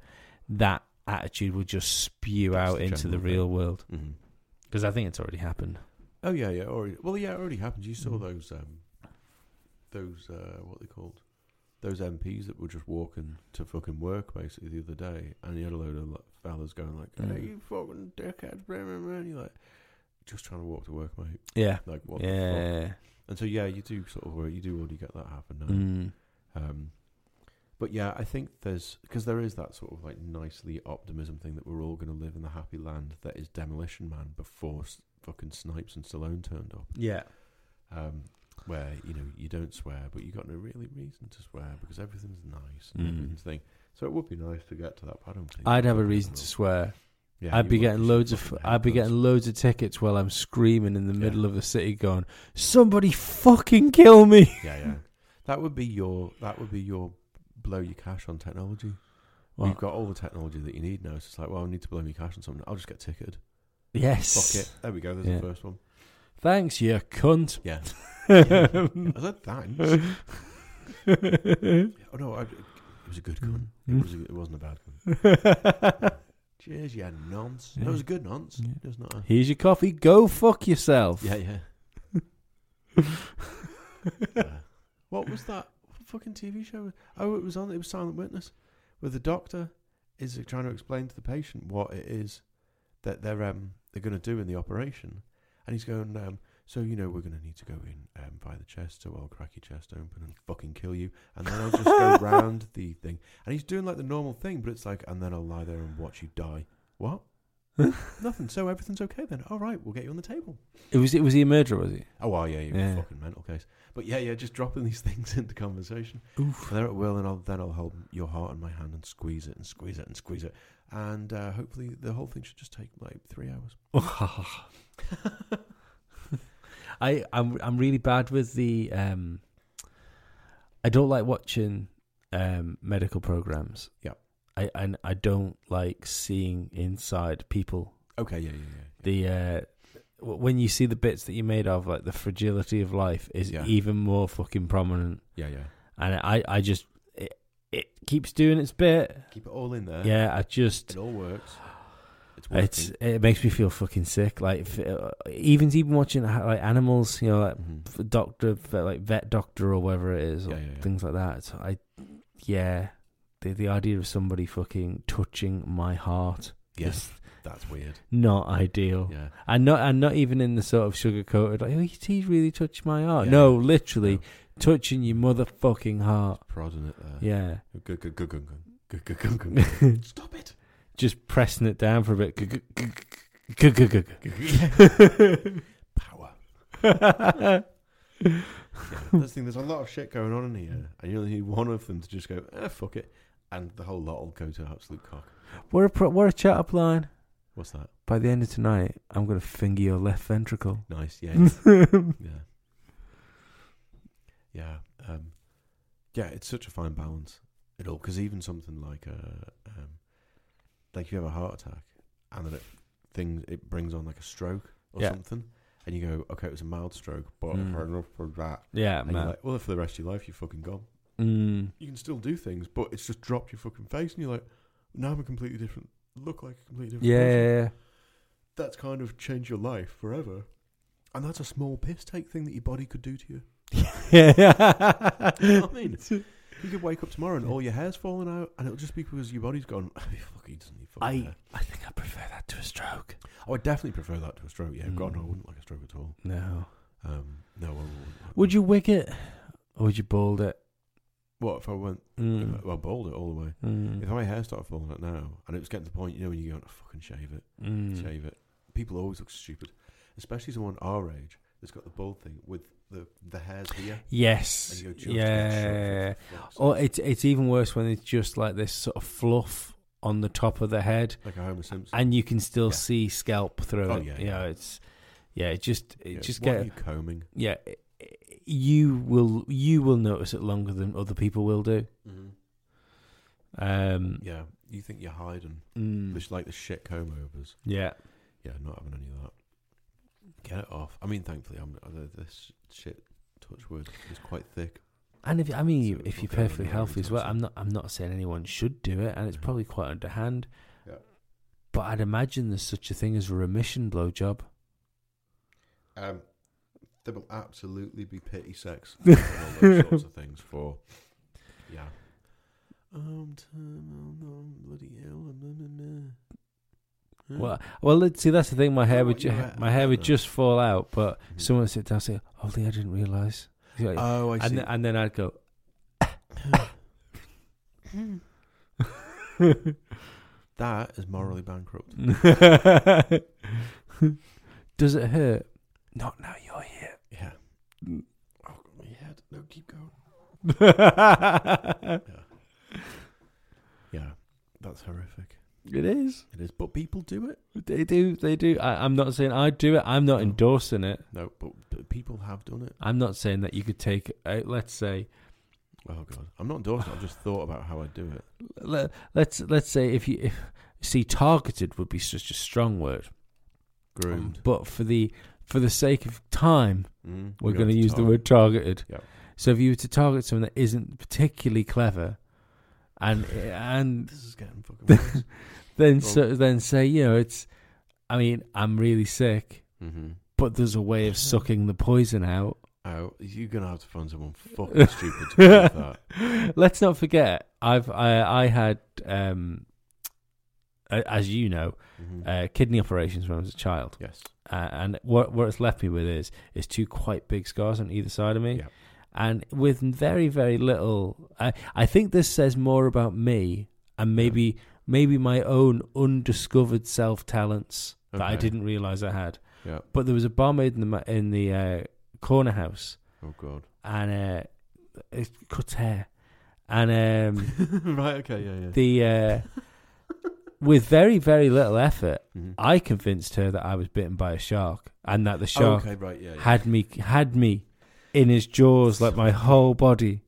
that attitude will just spew Mm. That's out the into the general thing. real world. 'Cause world Mm-hmm. because I think it's already happened. Oh yeah, yeah. Already, well, yeah, it already happened. You Mm. saw those, um, those uh, what they called, those MPs that were just walking to fucking work basically the other day, and you had a load of like, fellas going like, "Hey, Mm. you fucking dickhead!" Blah, blah, blah," and you're like, just trying to walk to work, mate. Yeah. Like what? The fuck? yeah. And so yeah, you do sort of worry- you do already get that happen now. Mm. Um, but yeah, I think there's because there is that sort of like nicely optimism thing that we're all going to live in the happy land that is Demolition Man before s- fucking Snipes and Stallone turned up Yeah. um, where you know you don't swear, but you got no really reason to swear because everything's nice and Mm. everything's thing. So it would be nice to get to that. But I don't think I'd have a we'll get reason there. to swear. Yeah, I'd you be would. getting You loads should of fucking I'd be hate getting those. loads of tickets while I'm screaming in the Yeah. middle of the city going, Somebody fucking kill [laughs] me. Yeah, yeah. That would be your. That would be your. Blow your cash on technology. Well, You've got all the technology that you need now. So it's like, well, I need to blow my cash on something. I'll just get ticketed. yes. Fuck [laughs] it. There we go. There's Yeah. [laughs] the first one. Thanks, you cunt. [laughs] [laughs] Yeah. I said thanks. oh no, I, it was a Mm. good gun. It was. A, it wasn't a bad gun. Cheers, you nonce. No, it was a good nonce. Yeah. It was not. A, Here's your coffee. Go fuck yourself. Yeah, yeah. [laughs] Yeah. What was that fucking TV show? Oh, it was on. It was Silent Witness, where the doctor is trying to explain to the patient what it is that they're um they're going to do in the operation, and he's going um. So you know we're going to need to go in um, by the chest, so I'll crack your chest open and fucking kill you, and then I'll just go round the thing. And he's doing like the normal thing, but it's like, and then I'll lie there and watch you die. What? Nothing. So everything's okay then. All right, we'll get you on the table. It was it was he a murderer, was he? Oh, well, yeah, you're Yeah. a fucking mental case. But yeah, yeah, just dropping these [laughs] things into conversation. And there it will, and I'll, then I'll hold your heart in my hand and squeeze it and squeeze it and squeeze it. And uh, hopefully the whole thing should just take like three hours. I I'm I'm really bad with the um I don't like watching um medical programs. Yeah. I and I don't like seeing inside people. Okay, yeah, yeah, yeah. The uh w- when you see the bits that you made of like the fragility of life is Yeah. even more fucking prominent Yeah, yeah. and I I just it, it keeps doing its bit. Keep it all in there. Yeah, I just It all works. It's working. It's it makes me feel fucking sick. Like if, uh, even even watching uh, like animals, you know, like Mhm. f- doctor, f- like vet doctor or whatever it is, or Yeah, yeah, yeah. things like that. So I, yeah, the the idea of somebody fucking touching my heart, Yes, that's weird. not ideal. Yeah. And not and not even in the sort of sugar coated like oh, he, he really touched my heart. Yeah. No, literally No. touching your motherfucking heart. Prodding it there. Yeah, Good, good, good, good, good, good, good, good, good. [laughs] Stop it. just pressing it down for a bit. G- g- g- g- g- g- Power. [laughs] g- [laughs] Yeah, that's the thing. There's a lot of shit going on in here, and you only need one of them to just go, eh, fuck it, and the whole lot will go to absolute cock. We're a pro- we're a chat up line. What's that? By the end of tonight, I'm gonna finger your left [laughs] ventricle. Nice, yeah, yeah, yeah. Um, yeah, it's such a fine balance. It all because even something like a, um, like you have a heart attack, and then it things it brings on like a stroke or Yeah. something, and you go, okay, it was a mild stroke, but Mm. fair enough for that. yeah, And you're man. like, well, for the rest of your life, you're fucking gone. mm, you can still do things, but it's just dropped your fucking face, and you're like, now I'm a completely different, look like a completely different. yeah, person. yeah, yeah. that's kind of changed your life forever, and that's a small piss take thing that your body could do to you. yeah. [laughs] You know what I mean, you could wake up tomorrow and all your hair's falling out, and it'll just be because your body's gone. [laughs] Oh, fuck, he doesn't need [laughs] fucking I hair." I think I prefer that to a stroke. I would definitely prefer that to a stroke. Yeah, God, no, I Mm. wouldn't like a stroke at all. No. Um, no, I wouldn't. like Would that. you wig it, or would you bald it? What if I went? Mm, Well, bald it all the way. mm, If my hair started falling out now, and it was getting to the point, you know, when you go, oh, fucking shave it. mm. shave it. People always look stupid, especially someone our age that's got the bald thing with the the hairs here. Yes. And you go, "Just get Yeah. shot for fuck's Or sake." it's it's even worse when it's just like this sort of fluff on the top of the head, like a Homer Simpson. and you can still see scalp through Oh, it. yeah, you yeah. know, it's yeah, it just it Yeah, just what get are you combing? yeah. it- You will you will notice it longer than other people will do. Mm-hmm. Um, Yeah, you think you're hiding? mm, Just like the shit comb overs. yeah, Yeah, not having any of that. Get it off. I mean, thankfully, I'm uh, this shit. Touch wood is quite thick. and if I mean So if we'll you're go on perfectly the healthy as well, orientation. I'm not I'm not saying anyone should do it, and it's probably quite underhand. Mm-hmm. Yeah. But I'd imagine there's such a thing as a remission blowjob. Um, there will absolutely be [laughs] pity sex and all those sorts of things for. Yeah. Um, Tom, I'm, I'm bloody ill. I'm, I'm, I'm, uh, Well, well, let's see. That's the thing. My hair Oh, Yeah, would what ju- you were- my hair would just fall out, but Mhm. someone would sit down and say, "Holy, I didn't realize." Oh, I see. and then, and then I'd go. that is morally bankrupt. Mm. [laughs] Does it hurt? Not now. You're here. [laughs] Yeah. Oh, my head. No, keep going. it Yeah, that's horrific. is. It is, but people do it. They do. They do. I, I'm not saying I do it. I'm Mm. not endorsing it. No, but, but people have done it. I'm not saying that you could take. Uh, let's say. Oh god, I'm not endorsing. it, I've just thought about how I do [sighs] it. Let, let's let's say if you if, see targeted would be such a strong word. Groomed. But for the for the sake of time, Mm, we're we going to have use the talk. word targeted. Yep. So if you were to target someone that isn't particularly clever, and and This is getting [laughs] fucking. Worse. then so, then say you know it's, I mean I'm really sick, mm-hmm. but there's a [laughs] way of sucking the poison out. Oh, you're gonna have to find someone fucking stupid to [laughs] believe that. Let's not forget I've I I had um, a- as you know Mhm. uh, kidney operations when I was a child. yes. uh, and what what it's left me with is is two quite big scars on either side of me, Yeah. and with very very little. I I think this says more about me and maybe maybe my own undiscovered self talents that I Okay. didn't realize I had. Yeah. But there was a barmaid in the ma- in the uh, corner house, Oh [laughs] god. and uh, it cut hair, and um, [laughs] right. Okay. Yeah. Yeah. the uh, with very very little effort. Mhm. I convinced her that I was bitten by a shark and that the shark okay. Right. Yeah. yeah. had me had me in his jaws like my whole body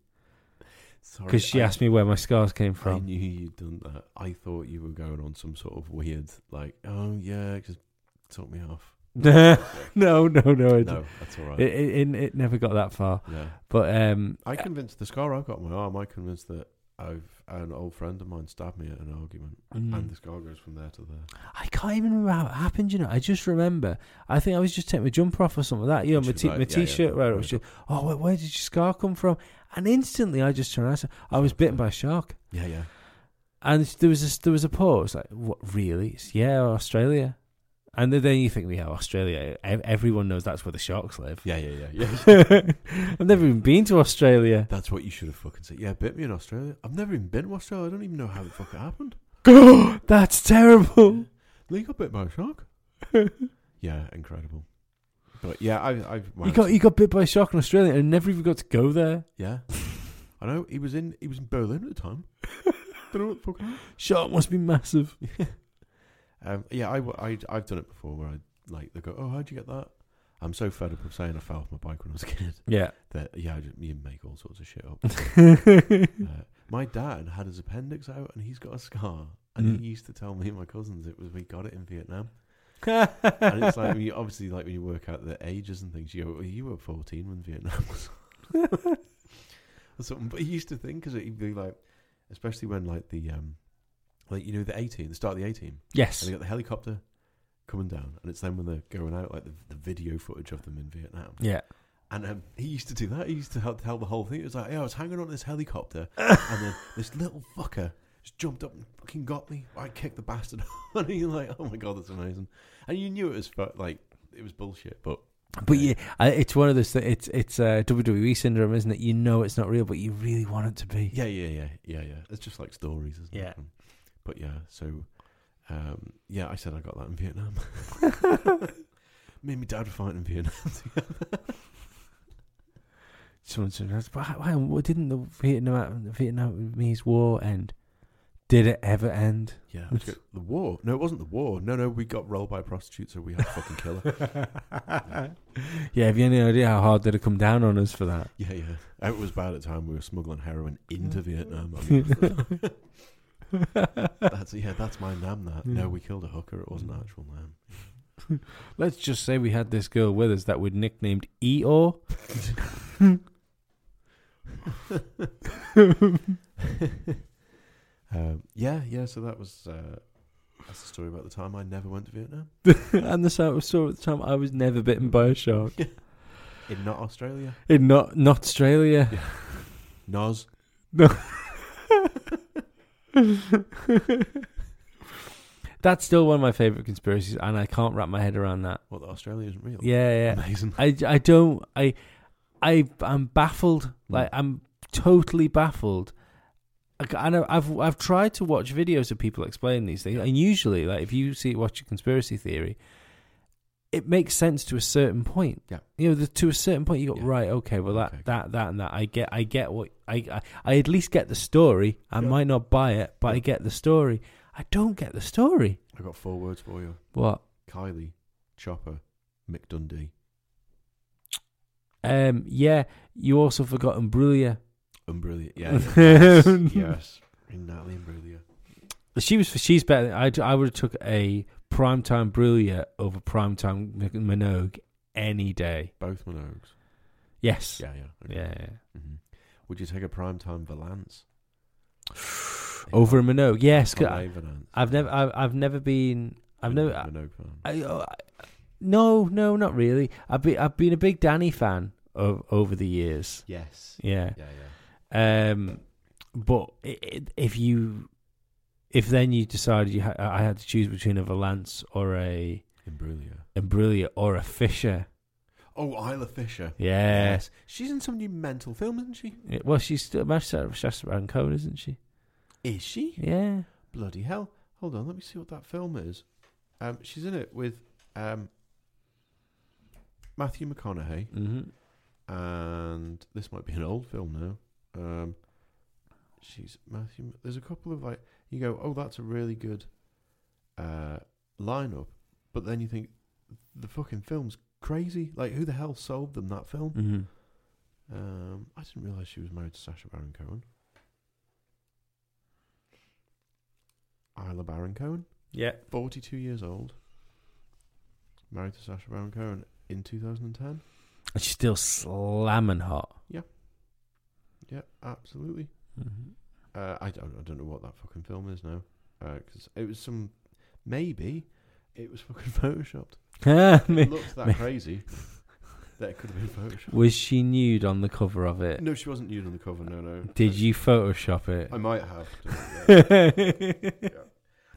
Sorry. because she I- asked me where my scars came I from. knew you'd done that. I thought you were going on some sort of weird, like, oh yeah, it just took me off. no, [laughs] no, no, I didn't. No, that's all right. It, it, it, it never got that far. yeah. But um, I convinced the scar I've got on my arm. I convinced that I've an old friend of mine stabbed me at an argument, mm, and the scar goes from there to there. I can't even remember how it happened. You know, I just remember. I think I was just taking my jumper off or something like that. You know, Which my is t- right, my yeah, yeah. t-shirt. Where it was just, oh, where, where did your scar come from? And instantly, I just turned around. and said, I was bitten by a shark. Yeah, yeah. And there was this, there was a pause. Like, what? Really? It's, yeah, Australia. And then- then you think, yeah, Australia. ev- Everyone knows that's where the sharks live. [laughs] Yeah, yeah, yeah, yeah. I've never even been to Australia. That's what you should have fucking said. Yeah, bit me in Australia. I've never even been to Australia. I don't even know how the fuck it happened. That's terrible. Lee got bit by [laughs] a shark. yeah, incredible. But yeah, I, I You got you got bit by a shark in Australia and never even got to go there. yeah. I know he was in he was in Berlin at the time. don't know what the fuck. happened. Shark must be massive. Um, yeah, I, I, have done it before where I like they go, oh, how'd you get that? I'm so fed up of saying I fell off my bike when I was a kid [laughs] [laughs] Yeah. that yeah, I just, you make all sorts of shit [laughs] up. uh, my dad had his appendix out and he's got a scar, and Mm. he used to tell me and my cousins it was we got it in Vietnam. And it's it's like when you obviously like when you work out the ages and things, you go, well, you were 14 when Vietnam [laughs] was. [laughs] or something. But he used to think because it'd be like, especially when like the um, like you know the 18, the start of the 18. [laughs] yes. And they got the helicopter coming down, and it's then when they're going out, like the, the video footage of them in Vietnam. Yeah. And um, he used to do that. He used to help tell the whole thing. It was like, yeah, I was hanging on to this helicopter, and then this little fucker just jumped up and fucking got me. I kicked the bastard. [laughs] and you're like, oh my god, that's amazing. And you knew it was fu- like it was bullshit, but But yeah, I, it's one of those. Th- it's it's uh, WWE syndrome, isn't it? You know it's not real, but you really want it to be. yeah, yeah, yeah, yeah, yeah. It's just like stories, isn't Yeah. it? Um, But yeah, so um, yeah, I said I got that in Vietnam. Me and my dad were fighting in Vietnam. Someone said, "But how- how- why didn't the Vietnam Vietnamese War end?" Did it ever end? Yeah, let's go- the war. No, it wasn't the war. No, no, we got rolled by a prostitute, so we had a fucking killer. Yeah, have you any idea how hard did it come down on us for that? yeah, yeah. It was bad at the time. We were smuggling heroin into Mm. Vietnam. I mean, [laughs] that's yeah, that's my nam. That no, Mm. we killed a hooker. It wasn't an actual nam. Let's just say we had this girl with us that we'd nicknamed E Eeyore. [laughs] Um, yeah, yeah. So that was uh, that's the story about the time I never went to Vietnam and the sort of story at the time I was never bitten by a shark. in not Australia. In not not Australia. Nos. That's still one of my favourite conspiracies and I can't wrap my head around that. What? That Australia isn't real. Yeah, yeah. Amazing. I, I don't I I I'm baffled. Hmm. Like I'm totally baffled. Like, I know I've I've tried to watch videos of people explaining these things, and usually, like if you see watch a conspiracy theory, it makes sense to a certain point. Yeah. you know, the, to a certain point, you go Yeah. right. Okay, well that Okay. that that and that. I get I get what I I, I at least get the story. I might not buy it, but I get the story. I don't get the story. I got four words for you: What? Kylie, Chopper, Mick Dundee. Um. Yeah. You also forgotten Brulia. Umbrillia. Yeah. [laughs] yeah. yes. yes. Natalie Umbrillia. She was. She's better. than- I. I would have took a primetime Brulia over primetime Min- Minogue any day. Both Minogues. Yes. Yeah, yeah. okay. Yeah, yeah. Mhm. Would you take a primetime Valance? Over a Minogue. Yes. 'cause Valance. I, have never. I've, I've never been. I've never. I, Minogue fan. I, oh, I, no. No. Not really. I've been. I've been a big Danny fan of over the years. yes. Yeah. Yeah, yeah. Um. But i i if you, if then you decided you ha- I had to choose between a Valance or a Umbrillia. Embrulia or a Fisher. Oh, Isla Fisher. Yes. She's in some new mental film, isn't she? Yeah, well, she's still Master Shasta Baron Cohen, isn't she? Is she? Yeah. Bloody hell. Hold on, let me see what that film is. Um, she's in it with um, Matthew McConaughey, Mm-hmm. and this might be an old film now. Um, she's Matthew. There's a couple of like you go, oh, that's a really good uh, lineup, but then you think the fucking film's crazy. Like, who the hell sold them that film? Mm-hmm. Um, I didn't realize she was married to Sasha Baron Cohen. Isla Baron Cohen, Yeah. 42 years old, married to Sasha Baron Cohen in 2010. And she's still slamming hot. Yeah, absolutely. Mm-hmm. Uh, I don't, I don't know what that fucking film is now, because it was some, maybe, it was [laughs] fucking [laughs] photoshopped. It Mm-hmm. looked that crazy that it could have [laughs] been photoshopped. Was she nude on the cover of it? No, she wasn't nude on the cover. No, no. Did you Photoshop [laughs] it? I might have. [laughs] done, yeah.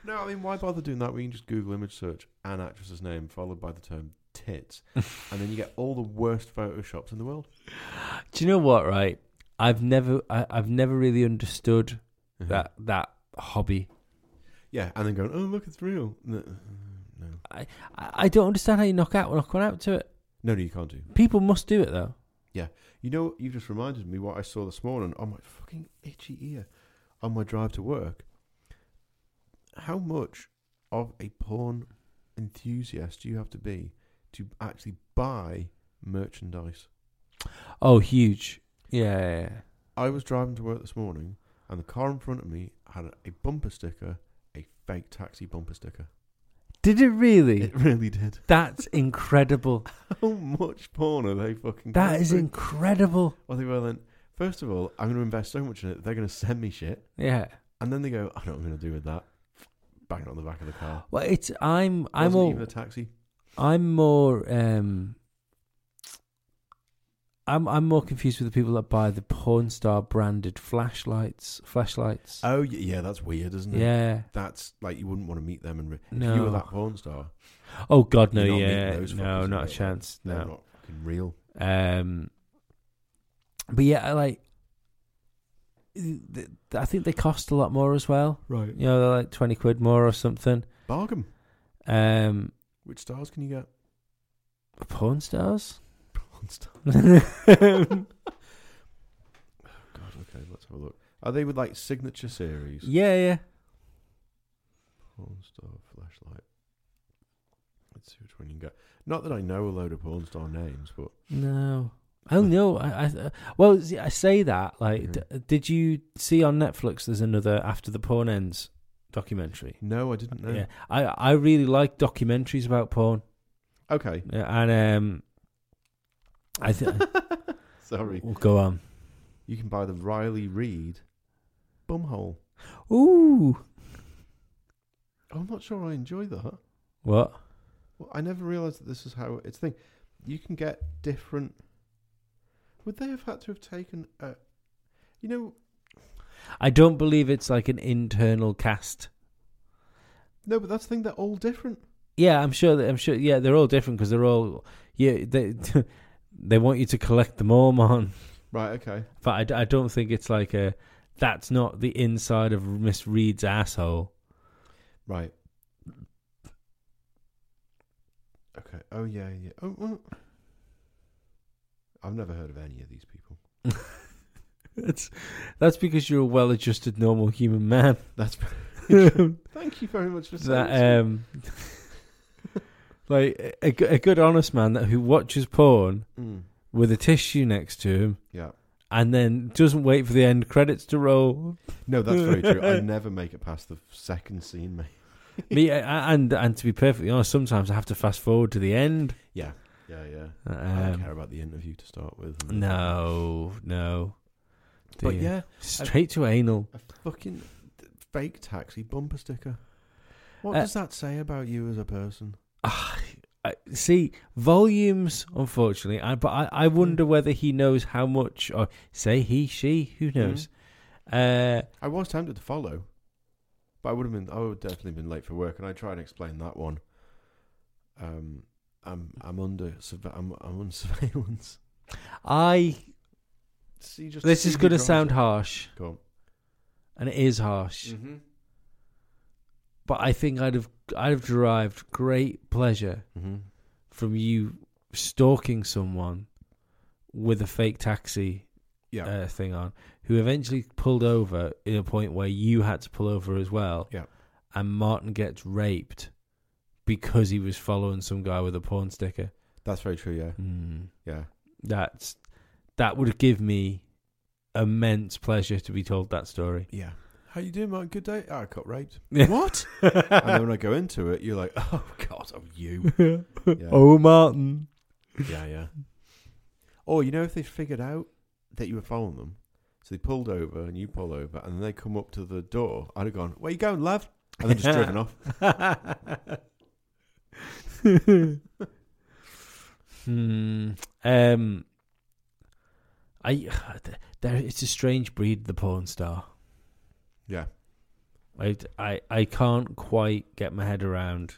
No, I mean, why bother doing that? We can just Google image search an actress's name followed by the term [laughs] tits, and then you get all the worst photoshops in the world. Do you know what? Right, I've never, I, I've never really understood that that hobby. Yeah, and then going, oh look, it's real. No, no, I, I I don't understand how you knock out knock one out to it. no, no, you can't do. People must do it though. Yeah, you know, you just reminded me what I saw this morning on my fucking itchy ear on my drive to work. How much of a porn enthusiast do you have to be to actually buy merchandise? Oh, huge. Yeah, yeah, yeah. I was driving to work this morning, and the car in front of me had a bumper sticker, a fake taxi bumper sticker. Did it really? It really did. [laughs] That's incredible. How much porn are they fucking? That is covering? incredible. Well, they were then. First of all, I'm going to invest so much in it. They're going to send me shit, Yeah. and then they go, "I know what I'm going to do with that." Bang it on the back of the car. Well, it's I'm I'm Wasn't all, even a taxi. I'm more um I'm I'm more confused with the people that buy the porn star branded flashlights, flashlights. Oh y- yeah, that's weird, isn't it? yeah. That's like you wouldn't want to meet them and re- if you No. were that porn star. Oh God, no, you're not meeting yeah, those no, fuckers, not are a you? chance. They're No. not fucking real. Um. But yeah, I like. th- th- I think they cost a lot more as well. Right. You know, they're like twenty quid more or something. Bargain. Um, Which stars can you get? [laughs] porn stars. Porn Oh, stars. [laughs] yeah, God, okay, let's have a look. Are they with like signature series? yeah. porn star flashlight. Let's see which one you can get. Not that I know a load of porn star names, but No. Oh no! I, I well, see, I say that like, d- did you see on Netflix? There's another after the porn ends documentary. no, I didn't know. Yeah, I I really like documentaries about porn, Okay, Yeah, and um, I think sorry. we'll go on. You can buy the Riley Reed bumhole. Ooh, I'm not sure I enjoy that. what? Well, I never realised that this is how it's a thing. You can get different. Would they have had to have taken a? You know, I don't believe it's like an internal cast. no, but that's the thing. They're all different. Yeah, I'm sure that I'm sure. Yeah, they're all different because they're all yeah they [laughs] they want you to collect them all, man. Right. Okay. But I d- I, don't think it's like a. That's not the inside of Miss Reed's asshole. Right. Okay. Oh yeah. Yeah. Oh, oh. I've never heard of any of these people. That's that's because you're a well-adjusted, normal human [laughs] man. That's. [laughs] Thank you very much for saying that [laughs] um, like a, g- a good, honest man that who watches porn so. Mm, with a tissue next to him Yeah. and then doesn't wait for the end credits to [laughs] roll. No, that's very true. [laughs] I never make it past the second scene, mate. Me I- and and to be perfectly honest, sometimes I have to fast forward to the end. Yeah. Yeah. Yeah. I don't Um, care about the interview to start with. no, no. But Dear. yeah, straight to anal. a fucking d- fake taxi bumper sticker. What Uh, does that say about you as a person? I- see volumes unfortunately I, but I, Hmm. I wonder whether he knows how much or say he she Hmm. who knows uh I was tempted to follow, but I would have been. I would have definitely been late for work, and I try and explain that one. Um, I'm I'm under [laughs] surve- I'm I'm on surveillance. i So you just this is see who going to drives sound it. harsh Go on. and it is harsh Mm-hmm. but i think i'd have i'd have derived great pleasure Mm-hmm. from you stalking someone with a fake taxi Yeah. uh, thing on who eventually pulled over in a point where you had to pull over as well yeah. and Martin gets raped because he was following some guy with a porn sticker. That's very true. mm. Yeah. Yeah. That's that would give me immense pleasure to be told that story. Yeah. How you doing, Martin? Good day. Oh, I got [laughs] raped. [laughs] What? and then when I go into it, you're like, oh god, oh you. Yeah. Oh, Martin. Yeah, yeah. Or you know, if they figured out that you were following them, so they pulled over and you pull over, and then they come up to the door, I'd have gone, "Where you going, love?" And then just [laughs] driven off. Hmm. Um. I. [sighs] There. It's a strange breed. The porn star. Yeah, I, I, I can't quite get my head around.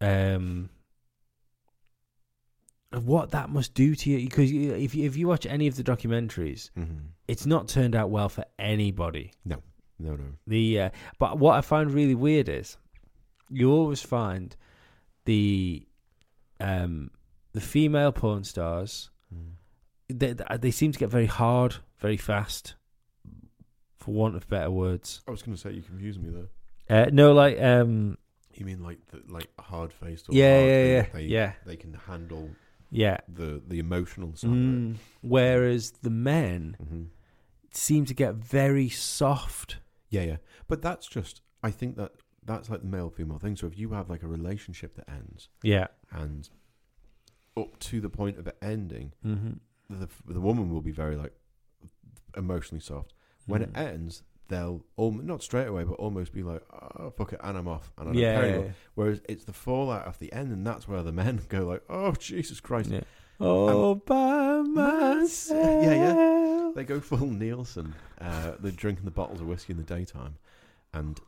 Um, what that must do to you? Because you- if you, if you watch any of the documentaries, mm-hmm. it's not turned out well for anybody. no, no, no. The uh, but what I find really weird is, you always find the um the female porn stars they they seem to get very hard very fast, for want of better words. I was going to say you confused me there. Uh, no, like um, You mean like the, like hard faced? Yeah, yeah, yeah, They, yeah. They can handle yeah. the the emotional side. Mm. Whereas the men Mm-hmm. seem to get very soft. Yeah, yeah. But that's just. I think that that's like the male female thing. So if you have like a relationship that ends, Yeah. and up to the point of it ending, Mm-hmm. the the woman will be very like emotionally soft. When Mm. it ends, they'll alm- not straight away, but almost be like, "Oh fuck it," and I'm off, and I don't Yeah, care yeah, anymore. yeah. Whereas it's the fallout of the end, and that's where the men [laughs] go like, "Oh Jesus Christ!" Yeah. All Oh, by myself. [laughs] Yeah, yeah. They go full Nielsen. Uh, they're drinking the bottles of whiskey in the daytime, and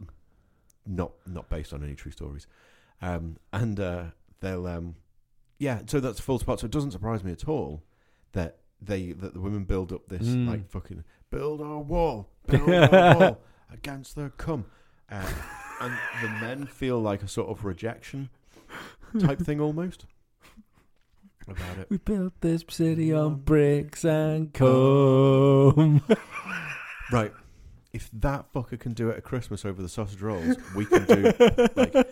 not not based on any true stories. Um, and uh, they'll um, yeah. So that's a full spot. So it doesn't surprise me at all that they that the women build up this Mm. like fucking build our wall, build our wall against their cum, uh, and the men feel like a sort of rejection type thing almost about it. We built this Mm. city on bricks and comb. Right. if that fucker can do it at Christmas over the sausage rolls, we can [laughs] do like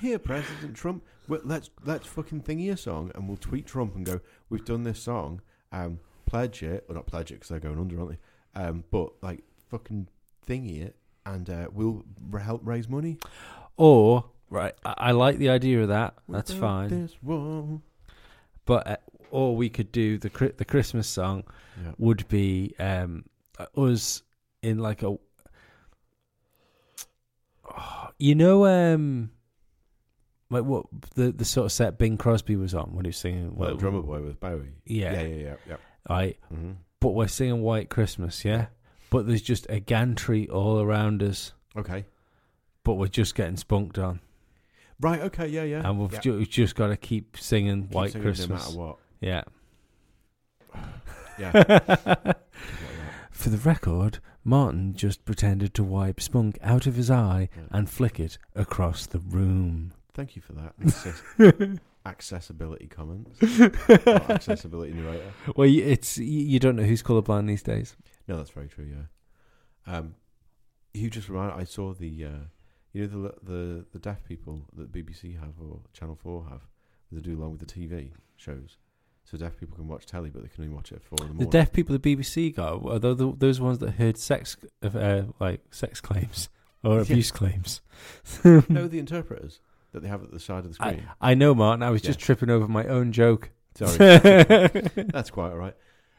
here, President Trump. Well, let's let's fucking thingy a song, and we'll tweet Trump and go, we've done this song, um, pledge it or not pledge it because they're going under, aren't they? Um, but like fucking thingy it, and uh, we'll r- help raise money. [laughs] Or right, I, I like the idea of that. That's Build fine. This wall. But uh, or we could do the Chri- the Christmas song Yeah. would be um, us in like a Oh, you know um like what the the sort of set Bing Crosby was on when he was singing Well, well, drummer boy with Bowie. Yeah. yeah, yeah, yeah. yeah. right Mhm. but we're singing White Christmas yeah but there's just a gantry all around us Okay. but we're just getting spunked on Right. Okay. Yeah. Yeah. and we've yeah. ju- we've just got to keep singing Keep White singing No Christmas matter what. yeah [laughs] Yeah. For the record, Martin just pretended to wipe spunk out of his eye Hmm. and flick it across the room. Thank you [laughs] for that. Access- accessibility comments. Or accessibility narrator. Well, y- it's y- you don't know who's colorblind these days. No, that's very true. Yeah. Um, you just remind. I saw the, uh, you know, the l- the the deaf people that BBC have or Channel Four have. They do along with the TV shows, so deaf people can watch telly, but they can only watch it at four in The the morning. deaf people the BBC got are tho- tho- those ones that heard sex of uh, like sex [laughs] claims or Yeah. abuse claims. no, the interpreters that they have at the side of the I, screen. [laughs] I know, Martin. I was just Yeah. tripping over my own [laughs] joke. Sorry, [laughs] that's quite all right.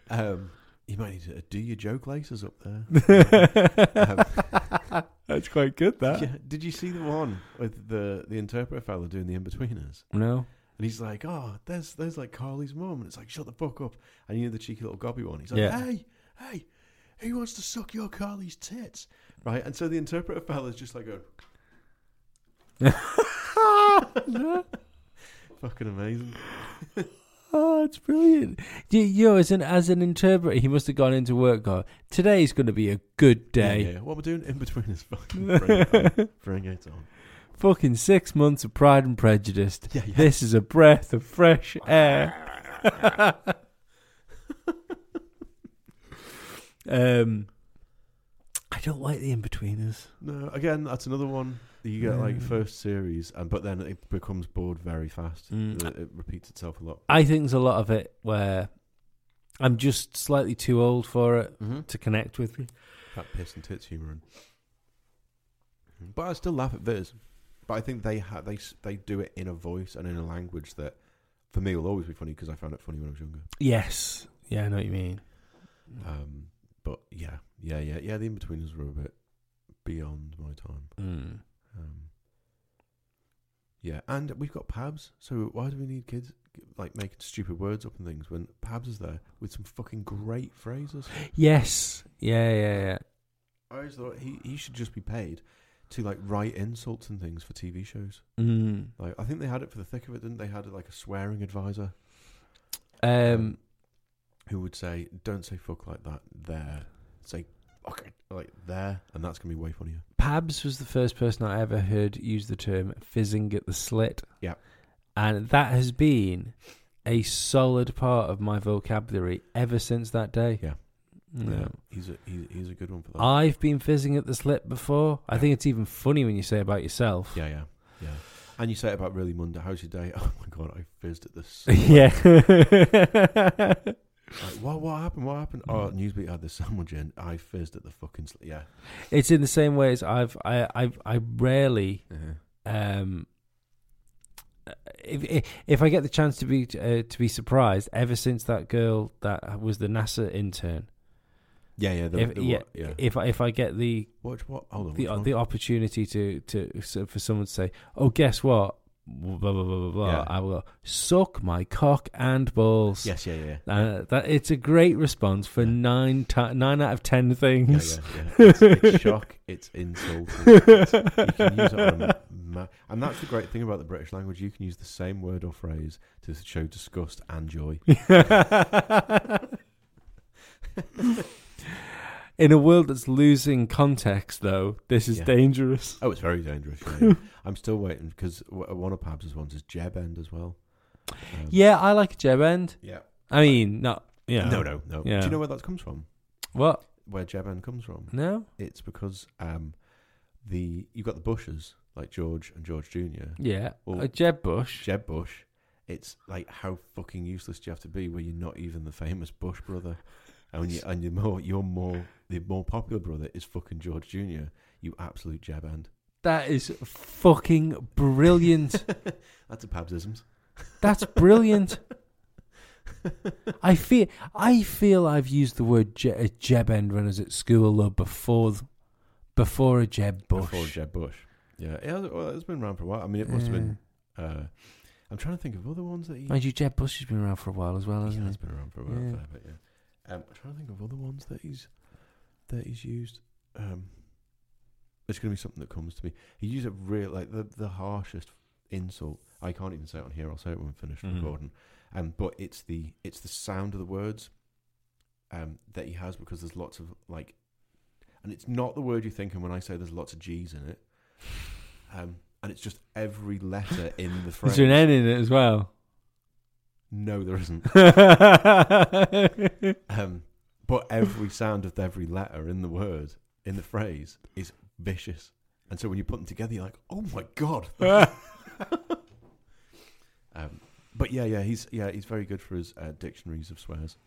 Um, you might need to do your joke laces up there. Um, [laughs] That's quite good. That Yeah, did you see the one with the the interpreter fella doing the in betweeners? no. And he's like, "Oh, there's there's like Carly's mum," and it's like, "Shut the fuck up!" And you know the cheeky little gobby one. He's like, Yeah. "Hey, hey, he wants to suck your Carly's tits, right?" And so the interpreter fella's just [laughs] like, going, [laughs] "Fucking amazing!" Oh, it's brilliant. You, you know, as an as an interpreter, he must have gone into work. Go today's going to be a good Yeah, day. yeah, what we're doing in between is fucking bring it [laughs] on. Bring it on. Fucking six months of Pride and Prejudice. Yeah, yeah. This is a breath of fresh air. [laughs] um, I don't like the in betweeners. No, again, that's another one that you get like first series, and but then it becomes bored very fast. Uh, Mm. It, it repeats itself a lot. I think there's a lot of it where I'm just slightly too old for it Mm-hmm. to connect with me. That piss and tits humour. And... But I still laugh at Viz. But I think they ha- they s- they do it in a voice and in a language that, for me, will always be funny because I found it funny when I was younger. Yes. Yeah, I know what you mean. Um, but yeah, yeah, yeah, yeah. The in betweeners were a bit beyond my time. Mm. Um, yeah, and we've got Pabs. So why do we need kids like making stupid words up and things when Pabs is there with some fucking great phrases? Yes. Yeah, yeah, yeah. I always thought he he should just be paid to like write insults and things for TV shows. Mm. Like I think they had it for the thick of it, didn't they? Had like a swearing advisor Um, who would say, "Don't say fuck like that there. Say fuck it like there," and that's gonna be way funnier. Pabs was the first person I ever heard use the term fizzing at the slit. Yeah. And that has been a solid part of my vocabulary ever since that day. Yeah. Yeah. he's a he's, he's a good one for that. I've been fizzing at the slit before. I think it's even funny when you say about yourself. yeah, yeah, yeah. And you say it about really Monday. How's your day? [laughs] Oh my god, I fizzed at [laughs] this. Yeah. [laughs] like, what what happened? What happened? Oh, Mm. Newsbeat had this [laughs] sandwich in. I fizzed at the fucking sl- yeah. it's in the same way as I've I I I rarely Uh-huh. um if if- if I get the chance to be uh, to be surprised ever since that girl that was the NASA intern Yeah, yeah, the, if, the, yeah, what- yeah. if I, if I get the Watch what? Hold on. the, uh, which one? the opportunity to to so for someone to say, "Oh, guess what?" blah blah blah blah blah, Yeah. I will go, suck my cock and balls. yes, yeah, yeah, [laughs] yeah. Uh, that it's a great response for nine ti nine out of ten Yeah, things. yeah, yeah. It's, it's shock. It's insult. It's, you can use it [laughs] on a ma- and that's the great thing about the British language. You can use the same word or phrase to show disgust [laughs] and joy. In a world that's losing context, though, this is Yeah. dangerous. Oh, it's very dangerous. Yeah, yeah. I'm still waiting because one of Pabs' ones is Jeb End as well. Um, Yeah, I like a jeb end. yeah. I mean, not you know, No, no, no. Yeah. Do you know where that comes from? what? where Jeben comes from. No? It's because um, the you've got the Bushes like George and George Junior. Yeah. Well, a Jeb Bush. Jeb Bush. It's like how fucking useless do you have to be where you're not even the famous Bush brother, and when you and you're more you're more the more popular brother is fucking George Junior. You absolute jeb end. that is fucking [laughs] brilliant. That's a Pabsisms. That's brilliant. I feel I feel I've used the word je- uh, Jeb end runners at school though before th- before a Jeb Bush. Before Jeb Bush. Yeah, it has, well, it's been around for a while. I mean, it must have been. Uh, I'm trying to think of other ones that he. Mind you, Jeb Bush has been around for a while as well, Yeah, hasn't it's been around for a while, Yeah. yeah. fair bit, yeah. Um, I'm trying to think of other ones that he's that he's used. Um, it's going to be something that comes to me. He used a real like the the harshest insult. I can't even say it on here. I'll say it when we finish Mhm. recording. Um, but it's the it's the sound of the words um, that he has because there's lots of like, and it's not the word you're thinking when I say there's lots of G's in it. [laughs] Um, and it's just every letter in the he? phrase. Is there an N in it as well? [laughs] no, there isn't. yeah, Um, but every sound of every letter in the word, in the phrase, is vicious. And so when you put them together, you're like, oh my [laughs] god. [laughs] um, but yeah, yeah, he's yeah, he's very good for his uh, dictionaries of swears.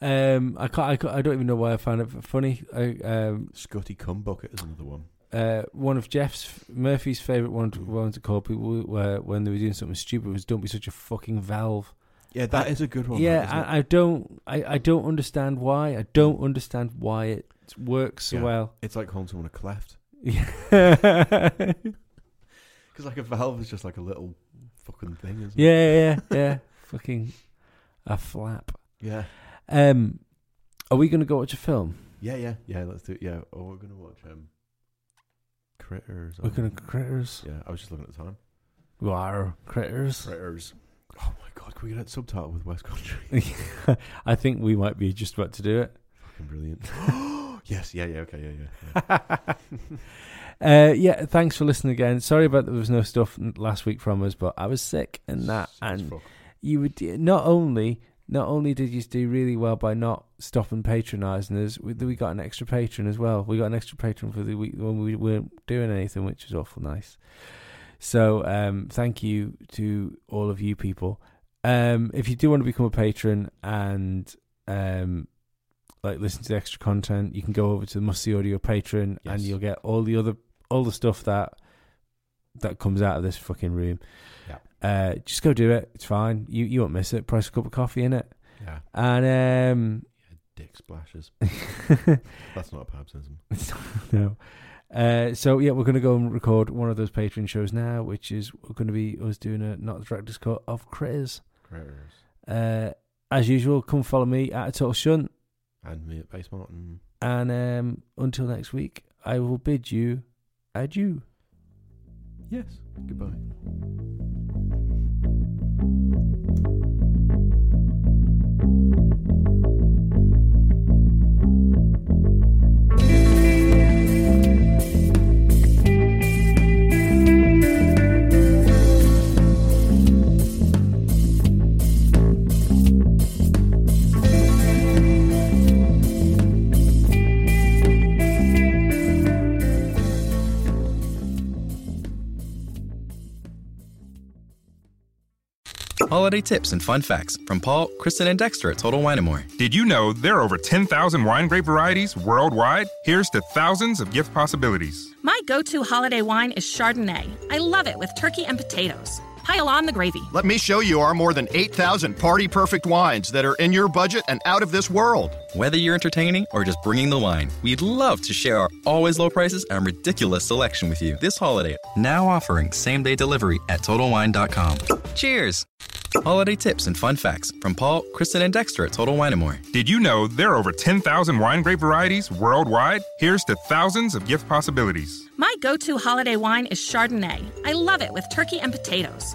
um, I can't, I can't. I don't even know why I found it f- funny. I, um, Scotty cum bucket is another one. uh, one of Jeff's Murphy's favorite one to, one to call people were when they were doing something stupid was "Don't be such a fucking valve." Yeah, that is a good one. yeah, that, isn't it? I, I don't. I, I don't understand why. I don't understand why it works so Yeah. well. [laughs] it's like calling someone a cleft yeah, because like a valve is just like a little fucking thing, isn't it? yeah, yeah. fucking a flap. Yeah, Um, are we gonna go watch a film? yeah, yeah, yeah. Let's do it. Yeah, oh, we're gonna watch um, critters. We're aren't gonna we? critters. Yeah, I was just looking at the time. We are critters. Critters. Oh my god, can we get that subtitle with West Country? [laughs] I think we might be just about to do it. [laughs] Fucking brilliant. [gasps] yes, yeah, yeah, okay, yeah, yeah. yeah. Uh, yeah, thanks for listening again. Sorry about there was no stuff n- last week from us, but I was sick and that, Sick as and fuck. you would not only not only did you do really well by not stopping patronising us, we, we got an extra patron as well. We got an extra patron for the week when we weren't doing anything, which was awful nice. So um, thank you to all of you people. Um, if you do want to become a patron and um, like listen to the extra content, you can go over to the Must See Audio patron, and Yes. you'll get all the other all the stuff that that comes out of this fucking room. Yeah. Uh, just go do it. It's fine. You you won't miss it. Price a cup of coffee in it, yeah. and Dick splashes. um, [laughs] That's not a pabsism. no. Uh, so yeah, we're gonna go and record one of those Patreon shows now, which is gonna be us doing a not the director's cut of Critters. Critters. Uh, as usual, come follow me at a total shunt, And me at Base Martin. and um, until next week, I will bid you adieu. Yes. Goodbye. Holiday tips and fun facts from Paul, Kristen, and Dexter at Total Wine & More. Did you know there are over 10,000 wine grape varieties worldwide? Here's to thousands of gift possibilities. My go to holiday wine is Chardonnay. I love it with turkey and potatoes. Pile on the gravy. Let me show you our more than 8,000 party perfect wines that are in your budget and out of this world. Whether you're entertaining or just bringing the wine, we'd love to share our always low prices and ridiculous selection with you this holiday. Now offering same day delivery at TotalWine.com. Cheers! Holiday tips and fun facts from Paul, Kristen, and Dexter at Total Wine & More. Did you know there are over 10,000 wine grape varieties worldwide? Here's to thousands of gift possibilities. My go to holiday wine is Chardonnay. I love it with turkey and potatoes.